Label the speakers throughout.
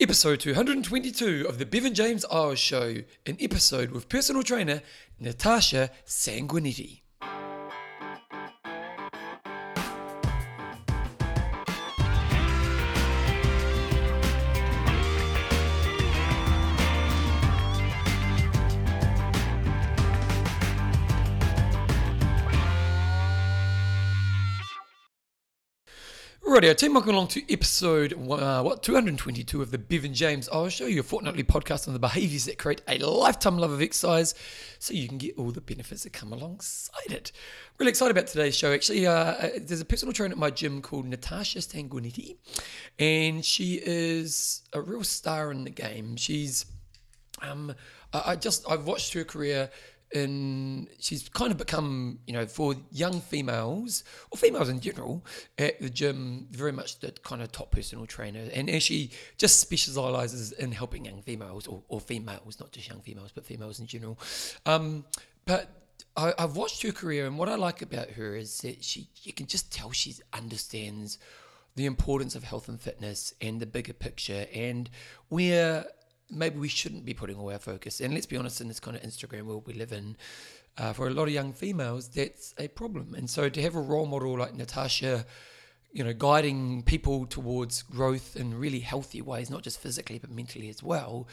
Speaker 1: Episode 222 of the Bevan James Isles Show, an episode with personal trainer Natasha Sanguinetti. Rightio team, welcome along to episode uh, what 222 of the Bevan James. I'll show you a fortnightly podcast on the behaviours that create a lifetime love of exercise, so you can get all the benefits that come alongside it. Really excited about today's show. Actually, uh, there's a personal trainer at my gym called Natasha Stanguinetti, and she is a real star in the game. She's um, I, I just I've watched her career in she's kind of become you know for young females or females in general at the gym very much the kind of top personal trainer and, and she just specializes in helping young females or, or females not just young females but females in general um, but I, I've watched her career and what I like about her is that she you can just tell she understands the importance of health and fitness and the bigger picture and where maybe we shouldn't be putting all our focus. And let's be honest, in this kind of Instagram world we live in, uh, for a lot of young females, that's a problem. And so to have a role model like Natasha, you know, guiding people towards growth in really healthy ways, not just physically but mentally as well,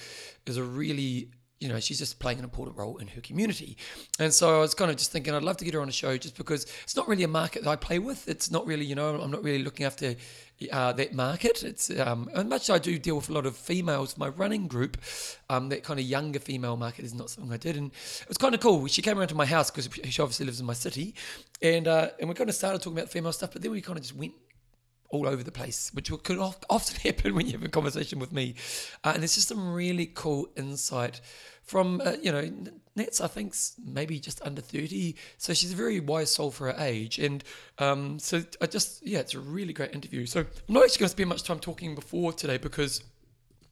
Speaker 1: is a really you know, she's just playing an important role in her community. And so I was kind of just thinking, I'd love to get her on a show just because it's not really a market that I play with. It's not really, you know, I'm not really looking after uh, that market. It's, um, and much I do deal with a lot of females, my running group, um, that kind of younger female market is not something I did. And it was kind of cool. She came around to my house because she obviously lives in my city. And, uh, and we kind of started talking about female stuff, but then we kind of just went all over the place, which could often happen when you have a conversation with me. Uh, and it's just some really cool insight from, uh, you know, Nat's, I think, maybe just under 30. So she's a very wise soul for her age. And um, so I just, yeah, it's a really great interview. So I'm not actually going to spend much time talking before today because.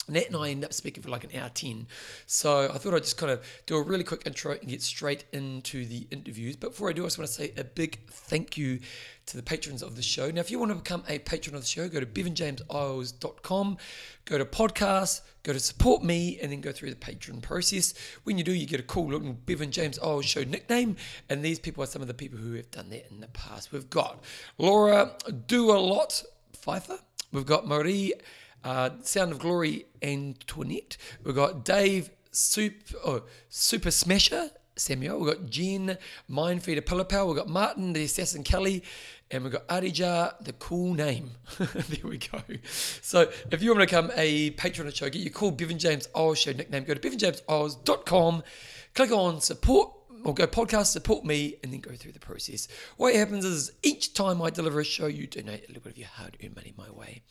Speaker 1: Nat and I end up speaking for like an hour 10. So I thought I'd just kind of do a really quick intro and get straight into the interviews. But before I do, I just want to say a big thank you to the patrons of the show. Now, if you want to become a patron of the show, go to bevanjamesisles.com, go to podcasts, go to support me, and then go through the patron process. When you do, you get a cool looking Bevan James Isles show nickname. And these people are some of the people who have done that in the past. We've got Laura Do A Lot Pfeiffer, we've got Marie. Uh, Sound of Glory Antoinette. We've got Dave Soup, oh, Super Smasher Samuel. We've got Jen Mindfeeder Pillowpal. We've got Martin the Assassin Kelly. And we've got Arija, the cool name. there we go. So if you want to become a patron of the show, get your cool Bevan James Isles show nickname. Go to bevanjamesisles.com, click on support or go podcast, support me, and then go through the process. What happens is each time I deliver a show, you donate a little bit of your hard earned money my way.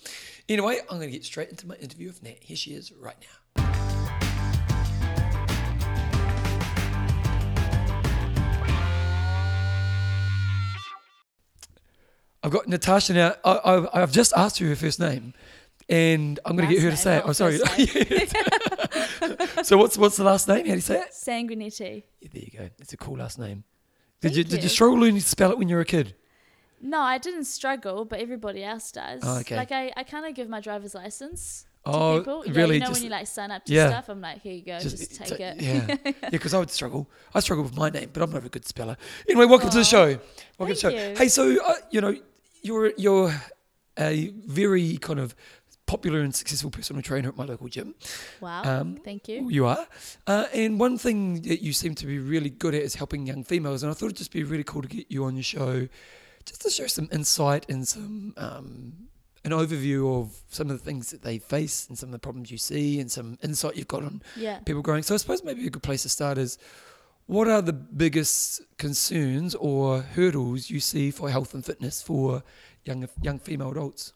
Speaker 1: Anyway, I'm going to get straight into my interview with Nat. Here she is right now. I've got Natasha now. I, I, have just asked her her first name, and I'm going to get her to
Speaker 2: Last
Speaker 1: say it.
Speaker 2: name,
Speaker 1: I'm sorry.
Speaker 2: not
Speaker 1: so what's what's the last name? How do you say it?
Speaker 2: Sanguinetti.
Speaker 1: Yeah, there you go. It's a cool last name. Did
Speaker 2: Thank
Speaker 1: you, did you
Speaker 2: you.
Speaker 1: struggle learning to spell it when you were a kid?
Speaker 2: No, I didn't struggle, but everybody else does.
Speaker 1: Oh, okay.
Speaker 2: Like I, I kind of give my driver's license to
Speaker 1: Oh,
Speaker 2: people. Yeah,
Speaker 1: really?
Speaker 2: You know
Speaker 1: Just-
Speaker 2: when you like sign up to
Speaker 1: yeah.
Speaker 2: stuff, I'm like, here you go, just,
Speaker 1: it's
Speaker 2: take
Speaker 1: like-
Speaker 2: it.
Speaker 1: Yeah, yeah. Because I would struggle. I struggle with my name, but I'm not a good speller. Anyway, welcome to the show. Welcome to the show.
Speaker 2: thank you.
Speaker 1: Hey, so uh, you know, you're you're a very kind of popular and successful personal trainer at my local gym.
Speaker 2: wow,
Speaker 1: Um,
Speaker 2: thank you.
Speaker 1: You are. Uh, and one thing that you seem to be really good at is helping young females. And I thought it'd just be really cool to get you on your show just to show some insight and some um, an overview of some of the things that they face and some of the problems you see and some insight you've got on
Speaker 2: Yeah.
Speaker 1: people growing. So I suppose maybe a good place to start is what are the biggest concerns or hurdles you see for health and fitness for young young female adults?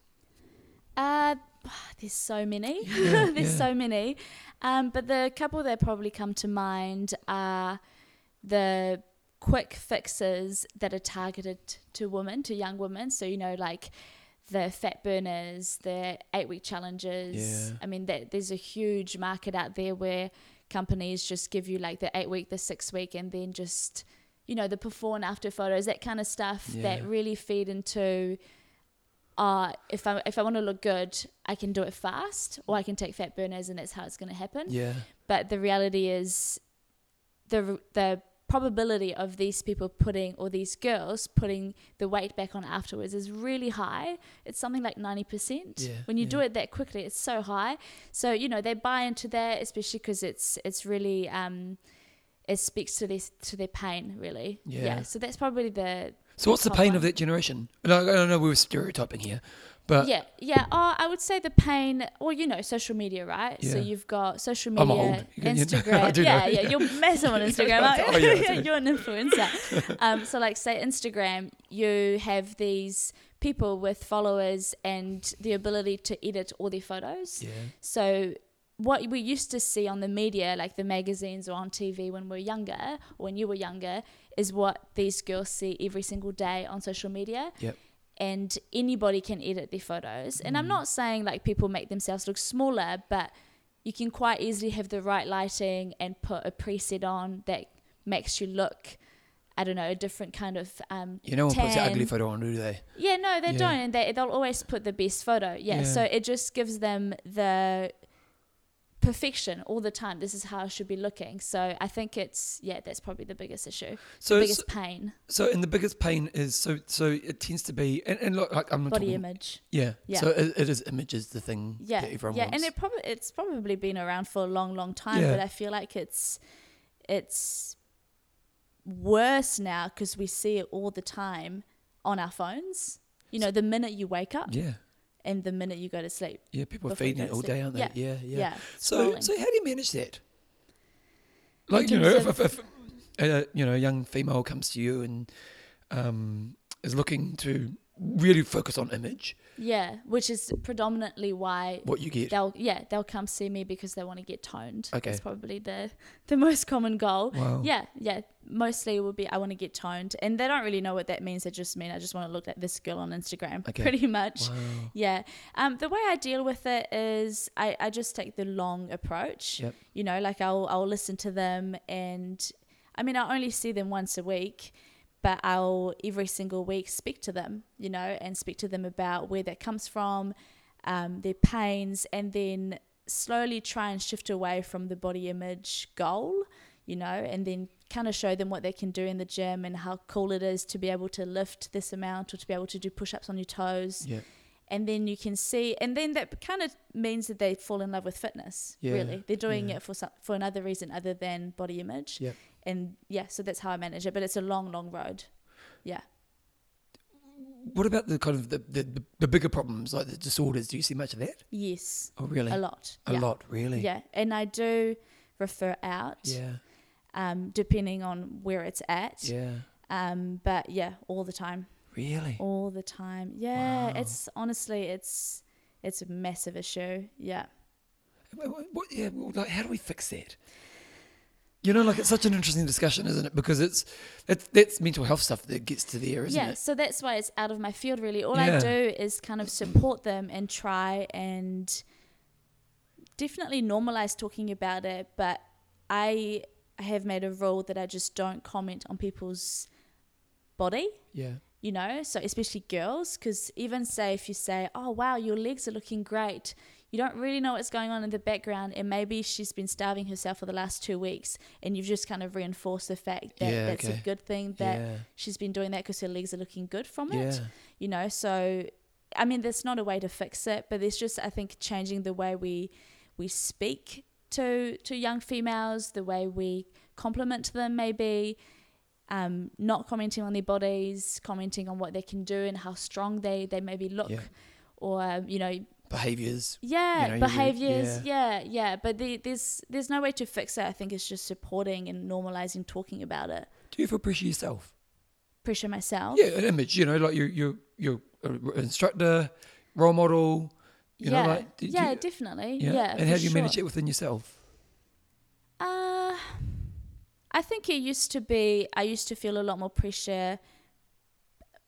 Speaker 2: Uh, there's so many.
Speaker 1: Yeah,
Speaker 2: there's
Speaker 1: yeah.
Speaker 2: so many. Um, but the couple that probably come to mind are the quick fixes that are targeted to women, to young women. So, you know, like the fat burners, the eight week challenges.
Speaker 1: Yeah.
Speaker 2: I mean, that, there's a huge market out there where companies just give you like the eight week, the six week, and then just, you know, the before and after photos, that kind of stuff
Speaker 1: Yeah.
Speaker 2: that really feed into uh, if I if I want to look good, I can do it fast, or I can take fat burners, and that's how it's going to happen.
Speaker 1: Yeah.
Speaker 2: But the reality is, the the probability of these people putting or these girls putting the weight back on afterwards is really high. It's something like ninety percent.
Speaker 1: Yeah,
Speaker 2: When you do
Speaker 1: yeah.
Speaker 2: it that quickly, it's so high. So you know they buy into that, especially because it's it's really. Um, it speaks to their to their pain, really.
Speaker 1: Yeah.
Speaker 2: So that's probably the
Speaker 1: So what's the
Speaker 2: Top
Speaker 1: pain
Speaker 2: one.
Speaker 1: of that generation? And I, I don't know we were stereotyping here, but
Speaker 2: yeah, yeah. Oh, I would say the pain. Well, you know, social media, right? So
Speaker 1: Yeah.
Speaker 2: you've got social
Speaker 1: I'm
Speaker 2: media,
Speaker 1: old. You can- you- I
Speaker 2: Instagram.
Speaker 1: do
Speaker 2: yeah,
Speaker 1: know.
Speaker 2: yeah. You're massive on Instagram.
Speaker 1: I-
Speaker 2: aren't
Speaker 1: oh,
Speaker 2: you?
Speaker 1: yeah, I do.
Speaker 2: you're an influencer. um, so, like, say Instagram, you have these people with followers and the ability to edit all their photos.
Speaker 1: yeah,
Speaker 2: So what we used to see on the media, like the magazines or on TV when we were younger, or when you were younger, is what these girls see every single day on social media.
Speaker 1: Yep. Mm.
Speaker 2: And anybody can edit their photos. And I'm not saying like people make themselves look smaller, but you can quite easily have the right lighting and put a preset on that makes you look, I don't know, a different kind of um,
Speaker 1: you know, one puts an ugly
Speaker 2: tan.
Speaker 1: photo on, do they?
Speaker 2: Yeah, no, they
Speaker 1: Yeah.
Speaker 2: don't, and they they'll always put the best photo. Yeah,
Speaker 1: Yeah.
Speaker 2: so it just gives them the perfection all the time. This is how I should be looking. So I think it's yeah, that's probably the biggest issue,
Speaker 1: So,
Speaker 2: biggest
Speaker 1: so,
Speaker 2: pain,
Speaker 1: so, and the biggest pain is so, so it tends to be, and, and look, like I'm not
Speaker 2: body
Speaker 1: talking,
Speaker 2: image.
Speaker 1: yeah,
Speaker 2: Yeah.
Speaker 1: So it, it is images the thing
Speaker 2: Yeah,
Speaker 1: that everyone
Speaker 2: yeah,
Speaker 1: wants.
Speaker 2: and it probably it's probably been around for a long, long time,
Speaker 1: Yeah.
Speaker 2: but I feel like it's it's worse now because we see it all the time on our phones. You know, the minute you wake up
Speaker 1: yeah,
Speaker 2: and the minute you go to sleep.
Speaker 1: yeah, people are
Speaker 2: Before you
Speaker 1: feeding
Speaker 2: go
Speaker 1: it
Speaker 2: to
Speaker 1: all
Speaker 2: sleep.
Speaker 1: day, aren't they?
Speaker 2: Yeah.
Speaker 1: yeah.
Speaker 2: Yeah.
Speaker 1: So,
Speaker 2: scrolling.
Speaker 1: so how do you manage that? Like you
Speaker 2: In
Speaker 1: know, if,
Speaker 2: terms
Speaker 1: if, if uh, you know, a young female comes to you and um, is looking to really focus on image,
Speaker 2: Yeah, which is predominantly why
Speaker 1: what you get.
Speaker 2: they'll yeah they'll come see me because they want to get toned.
Speaker 1: Okay.
Speaker 2: that's probably the the most common goal.
Speaker 1: Wow.
Speaker 2: Yeah, yeah. Mostly it would be I want to get toned, and they don't really know what that means. They just mean I just want to look like this girl on Instagram,
Speaker 1: Okay.
Speaker 2: pretty much.
Speaker 1: Wow.
Speaker 2: Yeah. Um, the way I deal with it is I, I just take the long approach.
Speaker 1: Yep.
Speaker 2: You know, like I'll I'll listen to them and I mean I only see them once a week, but I'll every single week speak to them, you know, and speak to them about where that comes from, um, their pains and then slowly try and shift away from the body image goal, you know, and then kind of show them what they can do in the gym and how cool it is to be able to lift this amount or to be able to do push-ups on your toes
Speaker 1: Yeah.
Speaker 2: and then you can see and then that kind of means that they fall in love with fitness
Speaker 1: Yeah,
Speaker 2: really they're doing
Speaker 1: yeah.
Speaker 2: it for some, for another reason other than body image
Speaker 1: Yep.
Speaker 2: and yeah so that's how i manage it but it's a long long road
Speaker 1: What about the kind of the, the, the- the bigger problems, like the disorders? Do you see much of that?
Speaker 2: yes
Speaker 1: Oh, really?
Speaker 2: a lot
Speaker 1: A
Speaker 2: yeah.
Speaker 1: lot, really?
Speaker 2: yeah and i do refer out
Speaker 1: Yeah.
Speaker 2: um depending on where it's at
Speaker 1: Yeah.
Speaker 2: um but yeah all the time
Speaker 1: Really?
Speaker 2: all the time yeah
Speaker 1: Wow.
Speaker 2: it's honestly it's it's a massive issue yeah
Speaker 1: Wha- wha- what- yeah, well, like, how do we fix that? You know, like it's such an interesting discussion, isn't it? Because it's that's, that's mental health stuff that gets to there, isn't
Speaker 2: yeah,
Speaker 1: it?
Speaker 2: so that's why it's out of my field really. All
Speaker 1: Yeah.
Speaker 2: I do is kind of support them and try and definitely normalize talking about it, but I have made a rule that I just don't comment on people's body,
Speaker 1: Yeah.
Speaker 2: you know, so especially girls cuz even say if you say, "Oh wow, your legs are looking great." You don't really know what's going on in the background, and maybe she's been starving herself for the last two weeks, and you've just kind of reinforced the fact that
Speaker 1: Yeah,
Speaker 2: that's
Speaker 1: okay.
Speaker 2: a good thing that
Speaker 1: Yeah.
Speaker 2: she's been doing that because her legs are looking good from
Speaker 1: Yeah.
Speaker 2: it you know so i mean there's not a way to fix it but there's just i think changing the way we we speak to to young females the way we compliment them maybe um, not commenting on their bodies commenting on what they can do and how strong they they maybe look
Speaker 1: Yeah.
Speaker 2: or um, you know
Speaker 1: Behaviors.
Speaker 2: yeah
Speaker 1: You know, you would-
Speaker 2: behaviors yeah. yeah but the, there's there's no way to fix it i think it's just supporting and normalizing talking about it
Speaker 1: Do you ever appreciate yourself?
Speaker 2: pressure myself
Speaker 1: Yeah, an image. You know, like you you you're an instructor, role model. You
Speaker 2: yeah,
Speaker 1: know, like did
Speaker 2: yeah,
Speaker 1: you-
Speaker 2: definitely.
Speaker 1: yeah.
Speaker 2: Yeah,
Speaker 1: and how
Speaker 2: for
Speaker 1: do you manage
Speaker 2: sure.
Speaker 1: it within yourself?
Speaker 2: Uh, I think it used to be. I used to feel a lot more pressure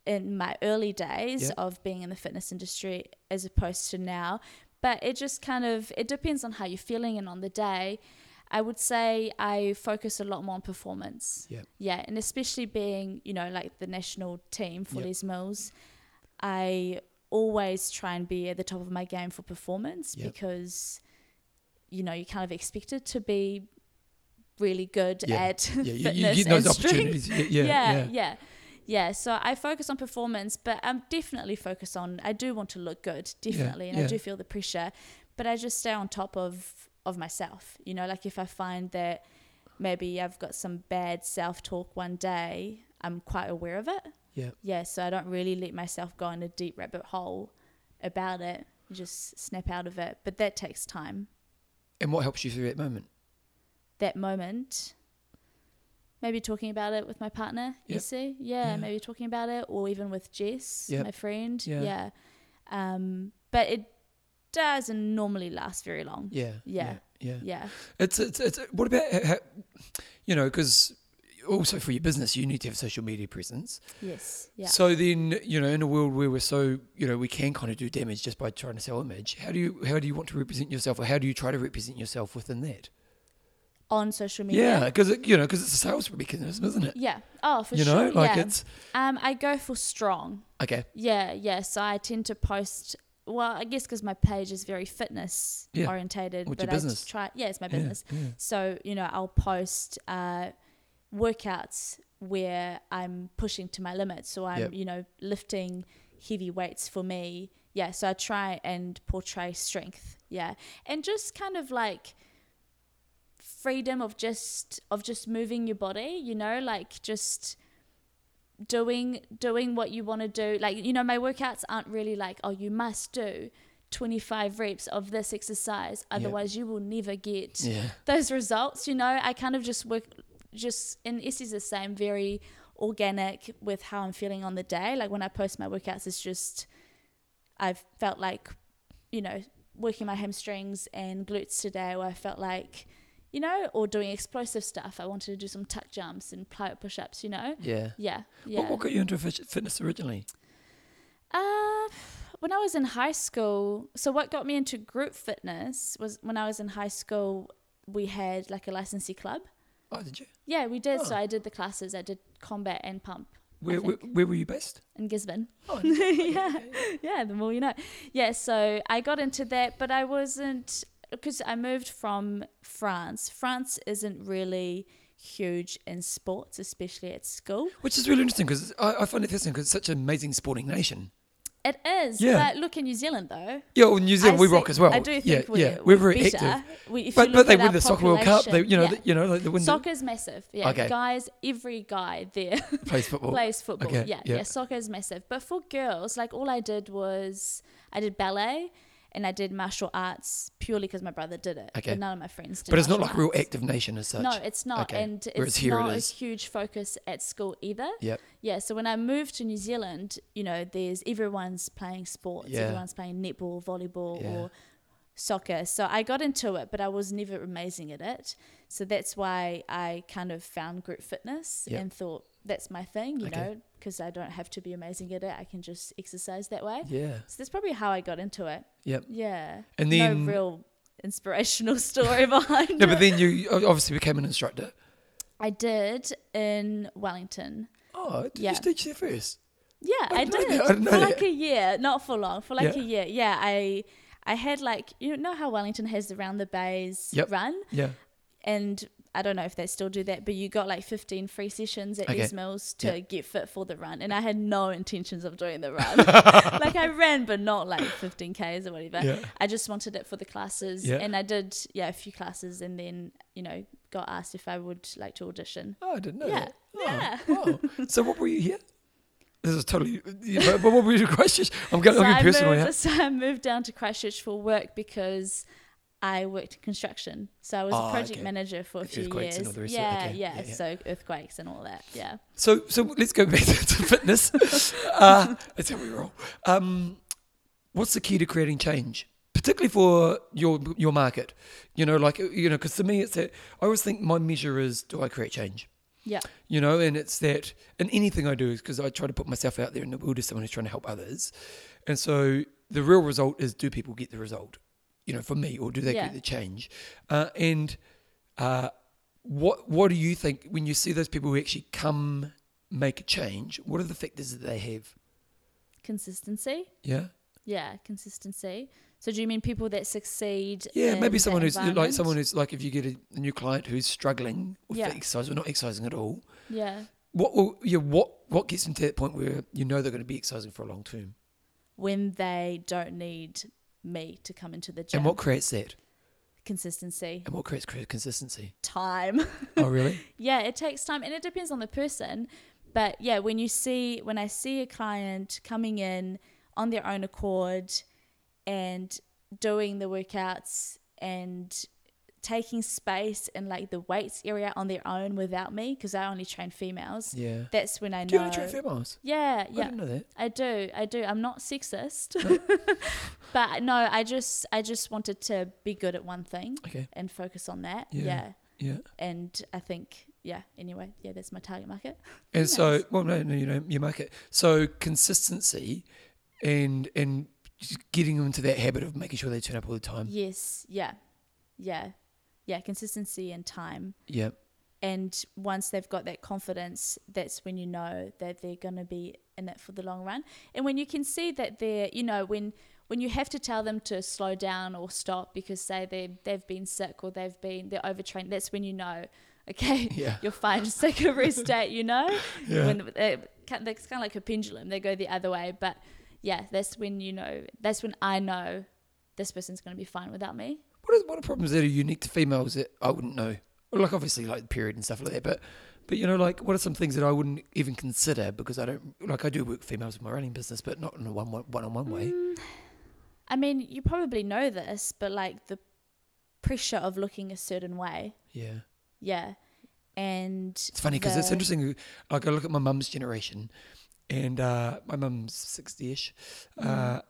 Speaker 2: in my early days
Speaker 1: Yeah.
Speaker 2: of being in the fitness industry as opposed to now. But it just kind of it depends on how you're feeling and on the day. I would say I focus a lot more on performance.
Speaker 1: Yeah.
Speaker 2: Yeah, and especially being you know like the national team for
Speaker 1: Yeah.
Speaker 2: these mills, I always try and be at the top of my game for performance
Speaker 1: Yep.
Speaker 2: because you know you're kind of expected to be really good
Speaker 1: Yeah.
Speaker 2: at
Speaker 1: Yeah, you, you
Speaker 2: fitness
Speaker 1: get those
Speaker 2: and strength
Speaker 1: opportunities. Yeah, yeah,
Speaker 2: yeah,
Speaker 1: yeah.
Speaker 2: yeah. Yeah, so I focus on performance, but I'm definitely focused on I do want to look good, definitely, and
Speaker 1: yeah.
Speaker 2: I do feel the pressure, but I just stay on top of of myself. You know, like if I find that maybe I've got some bad self-talk one day, I'm quite aware of it.
Speaker 1: Yeah.
Speaker 2: Yeah, so I don't really let myself go in a deep rabbit hole about it. Just snap out of it, but that takes time.
Speaker 1: And what helps you through that moment?
Speaker 2: that moment. Maybe talking about it with my partner,
Speaker 1: Yep.
Speaker 2: Issy. Yeah,
Speaker 1: Yeah.
Speaker 2: maybe talking about it, or even with Jess,
Speaker 1: Yep.
Speaker 2: my friend.
Speaker 1: Yeah.
Speaker 2: Yeah. Um, but it doesn't normally last very long.
Speaker 1: Yeah.
Speaker 2: Yeah.
Speaker 1: Yeah. yeah.
Speaker 2: Yeah.
Speaker 1: It's, it's, it's, what about, ha- ha- you know, because also for your business, you need to have social media presence.
Speaker 2: Yes. Yeah.
Speaker 1: So then, you know, in a world where we're so, you know, we can kind of do damage just by trying to sell image. How do you, how do you want to represent yourself or how do you try to represent yourself within that?
Speaker 2: On social
Speaker 1: Yeah.
Speaker 2: media.
Speaker 1: Because, you know, because it's a sales mechanism, isn't it?
Speaker 2: Yeah. Oh, for
Speaker 1: you
Speaker 2: sure.
Speaker 1: know, like
Speaker 2: yeah.
Speaker 1: it's,
Speaker 2: Um, I go for strong.
Speaker 1: okay.
Speaker 2: Yeah, yeah. So I tend to post. Well, I guess because my page is very fitness
Speaker 1: Yeah.
Speaker 2: orientated,
Speaker 1: What's
Speaker 2: but
Speaker 1: your
Speaker 2: I
Speaker 1: business?
Speaker 2: just try. Yeah, it's my
Speaker 1: Yeah,
Speaker 2: business.
Speaker 1: yeah.
Speaker 2: So you know, I'll post uh, workouts where I'm pushing to my limits. So I'm
Speaker 1: Yep.
Speaker 2: you know lifting heavy weights for me. Yeah. So I try and portray strength. Yeah, and just kind of like freedom of just of just moving your body you know like just doing doing what you want to do like you know my workouts aren't really like oh you must do 25 reps of this exercise otherwise you will never get
Speaker 1: Yeah.
Speaker 2: those results you know i kind of just work just and this is the same very organic with how i'm feeling on the day like when i post my workouts it's just i've felt like you know working my hamstrings and glutes today where i felt like you know or doing explosive stuff i wanted to do some tuck jumps and plyout push-ups you know
Speaker 1: Yeah.
Speaker 2: yeah yeah
Speaker 1: What, what got you into fit- fitness originally?
Speaker 2: uh, when I was in high school, so what got me into group fitness was when I was in high school, we had like a licensee club.
Speaker 1: Oh, did you?
Speaker 2: Yeah, we did.
Speaker 1: Oh.
Speaker 2: So I did the classes. I did combat and pump
Speaker 1: Where, where,
Speaker 2: think.
Speaker 1: where were you based?
Speaker 2: in Gisborne.
Speaker 1: Oh,
Speaker 2: yeah, yeah. The more you know. Yeah. So I got into that, but I wasn't because I moved from France. France isn't really huge in sports, especially at school.
Speaker 1: Which is really interesting because I, I find it fascinating because it's such an amazing sporting nation.
Speaker 2: It is.
Speaker 1: Yeah.
Speaker 2: But look in New Zealand though.
Speaker 1: Yeah, well, New Zealand,
Speaker 2: I
Speaker 1: we
Speaker 2: see-
Speaker 1: rock as well.
Speaker 2: I do think
Speaker 1: yeah,
Speaker 2: we're,
Speaker 1: yeah.
Speaker 2: we're,
Speaker 1: we're very
Speaker 2: better.
Speaker 1: active.
Speaker 2: We, if
Speaker 1: But
Speaker 2: you
Speaker 1: but
Speaker 2: look
Speaker 1: they
Speaker 2: at
Speaker 1: win
Speaker 2: our
Speaker 1: the soccer World Cup. They, you know,
Speaker 2: population-
Speaker 1: the, you know, like they win the
Speaker 2: Soccer's massive. Yeah,
Speaker 1: Okay.
Speaker 2: guys, every guy there
Speaker 1: plays football.
Speaker 2: plays football.
Speaker 1: Okay,
Speaker 2: Yeah,
Speaker 1: yeah.
Speaker 2: yeah, soccer is massive. But for girls, like all I did was I did ballet and I did martial arts purely because my brother did it.
Speaker 1: Okay.
Speaker 2: But none of my friends did.
Speaker 1: but it's not like
Speaker 2: martial
Speaker 1: a real
Speaker 2: arts.
Speaker 1: active nation as such.
Speaker 2: No, it's not,
Speaker 1: Okay.
Speaker 2: and
Speaker 1: Whereas
Speaker 2: it's
Speaker 1: here it
Speaker 2: not
Speaker 1: is.
Speaker 2: a huge focus at school either.
Speaker 1: Yep.
Speaker 2: Yeah, so when I moved to New Zealand, you know, there's everyone's playing sports,
Speaker 1: Yeah.
Speaker 2: everyone's playing netball, volleyball,
Speaker 1: Yeah.
Speaker 2: or soccer. So I got into it, but I was never amazing at it. So that's why I kind of found group fitness
Speaker 1: Yep.
Speaker 2: and thought that's my thing, you
Speaker 1: Okay.
Speaker 2: know, because I don't have to be amazing at it. I can just exercise that way.
Speaker 1: Yeah.
Speaker 2: So that's probably how I got into it.
Speaker 1: Yep.
Speaker 2: Yeah.
Speaker 1: And then-
Speaker 2: no real inspirational story behind
Speaker 1: No,
Speaker 2: it.
Speaker 1: but then you o- obviously became an instructor.
Speaker 2: I did in Wellington.
Speaker 1: Oh, did
Speaker 2: Yeah.
Speaker 1: you teach there first?
Speaker 2: Yeah, I,
Speaker 1: didn't know
Speaker 2: did
Speaker 1: that. I
Speaker 2: for
Speaker 1: didn't know
Speaker 2: like
Speaker 1: that.
Speaker 2: a year, not for long, for like
Speaker 1: Yeah.
Speaker 2: a year. Yeah, I I had like you know how Wellington has the round the bays
Speaker 1: Yep.
Speaker 2: run,
Speaker 1: Yeah.
Speaker 2: and I don't know if they still do that, but you got like fifteen free sessions at
Speaker 1: Okay.
Speaker 2: East Mills to get fit for the run, and I had no intentions of doing the run. like I ran, but not like fifteen k's or whatever.
Speaker 1: Yeah.
Speaker 2: I just wanted it for the classes,
Speaker 1: Yeah.
Speaker 2: and I did yeah a few classes, and then you know got asked if I would like to audition.
Speaker 1: Oh, I didn't know
Speaker 2: Yeah.
Speaker 1: that. Oh, wow. so what were you here? This is totally. yeah, but, but what were your questions? I'm going.
Speaker 2: so,
Speaker 1: I'm
Speaker 2: I
Speaker 1: being personal
Speaker 2: moved,
Speaker 1: now.
Speaker 2: so I moved down to Christchurch for work because I worked in construction. So I was
Speaker 1: Ah,
Speaker 2: a project
Speaker 1: okay.
Speaker 2: manager for a few
Speaker 1: Earthquakes and
Speaker 2: years.
Speaker 1: all the rest of it.
Speaker 2: yeah,
Speaker 1: Okay.
Speaker 2: yeah,
Speaker 1: Yeah, yeah.
Speaker 2: So earthquakes and all that. Yeah.
Speaker 1: So, so let's go back to fitness. uh, that's how we roll. Um, what's the key to creating change, particularly for your your market? You know, like you know, because to me, it's that I always think my measure is do I create change?
Speaker 2: Yeah.
Speaker 1: You know, and it's that, and anything I do is because I try to put myself out there in the world as someone who's trying to help others, and so the real result is do people get the result? You know, for me, or do they
Speaker 2: Yeah.
Speaker 1: get the change? Uh, and uh, what what do you think when you see those people who actually come make a change? What are the factors that they have?
Speaker 2: Consistency,
Speaker 1: Yeah,
Speaker 2: yeah, consistency. So do you mean people that succeed?
Speaker 1: Yeah,
Speaker 2: in
Speaker 1: maybe
Speaker 2: that
Speaker 1: someone who's like
Speaker 2: environment?
Speaker 1: someone who's like if you get a, a new client who's struggling with
Speaker 2: Yeah.
Speaker 1: exercise or not exercising at all,
Speaker 2: yeah
Speaker 1: what will yeah, what what gets them to that point where you know they're going to be exercising for a long term,
Speaker 2: when they don't need me to come into the gym.
Speaker 1: and what creates that,
Speaker 2: consistency,
Speaker 1: and what creates cre- consistency?
Speaker 2: time.
Speaker 1: oh, really?
Speaker 2: yeah, it takes time and it depends on the person. But yeah, when you see when I see a client coming in on their own accord and doing the workouts and taking space in like the weights area on their own without me because I only train females.
Speaker 1: Yeah.
Speaker 2: That's when I
Speaker 1: Do you
Speaker 2: know.
Speaker 1: want to train females?
Speaker 2: yeah,
Speaker 1: I
Speaker 2: uh, yeah.
Speaker 1: didn't know that.
Speaker 2: I do, I do. I'm not sexist, but no, I just, I just wanted to be good at one thing
Speaker 1: Okay.
Speaker 2: and focus on that.
Speaker 1: Yeah.
Speaker 2: yeah.
Speaker 1: Yeah.
Speaker 2: And I think, yeah. Anyway, yeah, that's my target market.
Speaker 1: And so, well, no, no, you know, you make it. So consistency, and and just getting them into that habit of making sure they turn up all the time.
Speaker 2: Yes, yeah, yeah, yeah. Consistency and time.
Speaker 1: Yeah.
Speaker 2: And once they've got that confidence, that's when you know that they're going to be in it for the long run. And when you can see that they're, you know, when when you have to tell them to slow down or stop because say they they've been sick or they've been they're overtrained, that's when you know, okay,
Speaker 1: Yeah.
Speaker 2: you're fine. Just take a rest day, you know.
Speaker 1: Yeah.
Speaker 2: When eh, it, it's kind of like a pendulum; they go the other way. But yeah, that's when you know. That's when I know this person's going to be fine without me.
Speaker 1: What are, what are problems that are unique to females that I wouldn't know? Well, like obviously like period and stuff like that, but but you know like what are some things that I wouldn't even consider because I don't like I do work females with my running business, but not in a one one on one
Speaker 2: Mm.
Speaker 1: way.
Speaker 2: I mean, you probably know this, but like the pressure of looking a certain way,
Speaker 1: Yeah,
Speaker 2: yeah. And
Speaker 1: it's funny because it's
Speaker 2: the-
Speaker 1: interesting. Like I look at my mum's generation, and uh, my mum's sixty-ish,
Speaker 2: Mm.
Speaker 1: uh,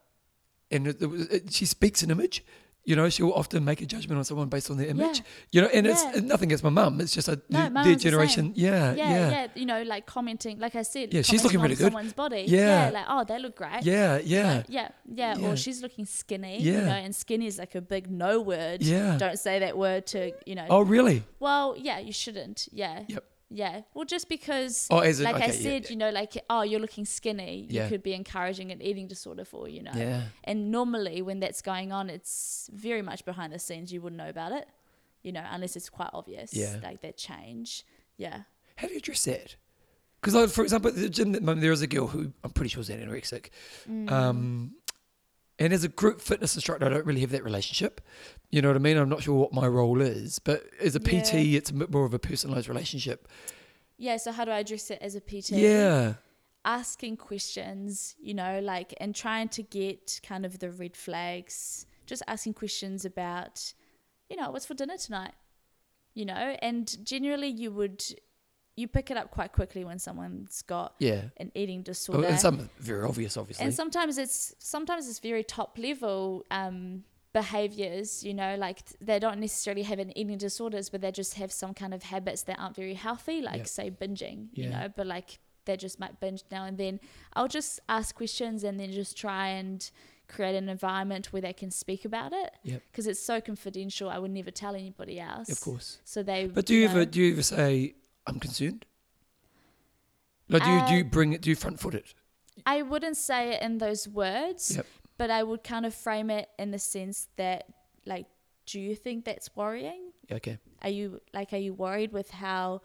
Speaker 1: and it, it, was- it, she speaks an image. You know, she'll often make a judgment on someone based on their image.
Speaker 2: Yeah.
Speaker 1: You know, and
Speaker 2: Yeah.
Speaker 1: it's and nothing against my mum. It's just a,
Speaker 2: No,
Speaker 1: their-
Speaker 2: my
Speaker 1: their
Speaker 2: mum's the same.
Speaker 1: generation. yeah,
Speaker 2: Yeah, yeah,
Speaker 1: Uh, yeah, yeah,
Speaker 2: You know, like commenting, like I said,
Speaker 1: Yeah, she's looking
Speaker 2: commenting
Speaker 1: really
Speaker 2: on
Speaker 1: good.
Speaker 2: Someone's body,
Speaker 1: Yeah.
Speaker 2: like oh, they look great.
Speaker 1: yeah, yeah.
Speaker 2: Yeah, yeah,
Speaker 1: Yeah.
Speaker 2: Or she's looking skinny, you
Speaker 1: Yeah.
Speaker 2: know, and skinny is like a big no word.
Speaker 1: Yeah.
Speaker 2: Don't say that word to, you know.
Speaker 1: Oh, really?
Speaker 2: Well, yeah, you shouldn't. Yeah.
Speaker 1: Yep.
Speaker 2: Yeah. Well, just because,
Speaker 1: Oh, as in,
Speaker 2: like I
Speaker 1: okay, yeah,
Speaker 2: said,
Speaker 1: yeah.
Speaker 2: you know, like, oh, you're looking skinny,
Speaker 1: Yeah.
Speaker 2: you could be encouraging an eating disorder for, you know.
Speaker 1: Yeah.
Speaker 2: And normally when that's going on, it's very much behind the scenes. You wouldn't know about it, you know, unless it's quite obvious,
Speaker 1: Yeah.
Speaker 2: like that change. Yeah.
Speaker 1: How do you address that? Because, like, for example, at the gym, that there is a girl who I'm pretty sure is anorexic.
Speaker 2: Mm.
Speaker 1: Um, and as a group fitness instructor, I don't really have that relationship. You know what I mean? I'm not sure what my role is. But as a PT,
Speaker 2: Yeah.
Speaker 1: it's a bit more of a personalized relationship.
Speaker 2: Yeah. So how do I address it as a PT?
Speaker 1: Yeah.
Speaker 2: asking questions, you know, like and trying to get kind of the red flags, just asking questions about, you know, what's for dinner tonight, you know, and generally you would you pick it up quite quickly when someone's got
Speaker 1: Yeah.
Speaker 2: an eating disorder.
Speaker 1: Oh, and some are very obvious, obviously.
Speaker 2: And sometimes it's sometimes it's very top level um, behaviors, you know, like th- they don't necessarily have an eating disorders, but they just have some kind of habits that aren't very healthy, like
Speaker 1: Yeah.
Speaker 2: say binging, you
Speaker 1: Yeah.
Speaker 2: know, but like they just might binge now and then. I'll just ask questions and then just try and create an environment where they can speak about it
Speaker 1: Yep.
Speaker 2: because it's so confidential. I would never tell anybody else.
Speaker 1: of course.
Speaker 2: So they.
Speaker 1: But do you
Speaker 2: know-
Speaker 1: ever do you ever say I'm concerned? Like, do you do
Speaker 2: Uh,
Speaker 1: you bring it? Do you front foot it?
Speaker 2: I wouldn't say it in those words,
Speaker 1: Yep.
Speaker 2: but I would kind of frame it in the sense that, like, do you think that's worrying?
Speaker 1: Yeah, Okay.
Speaker 2: Are you like, are you worried with how,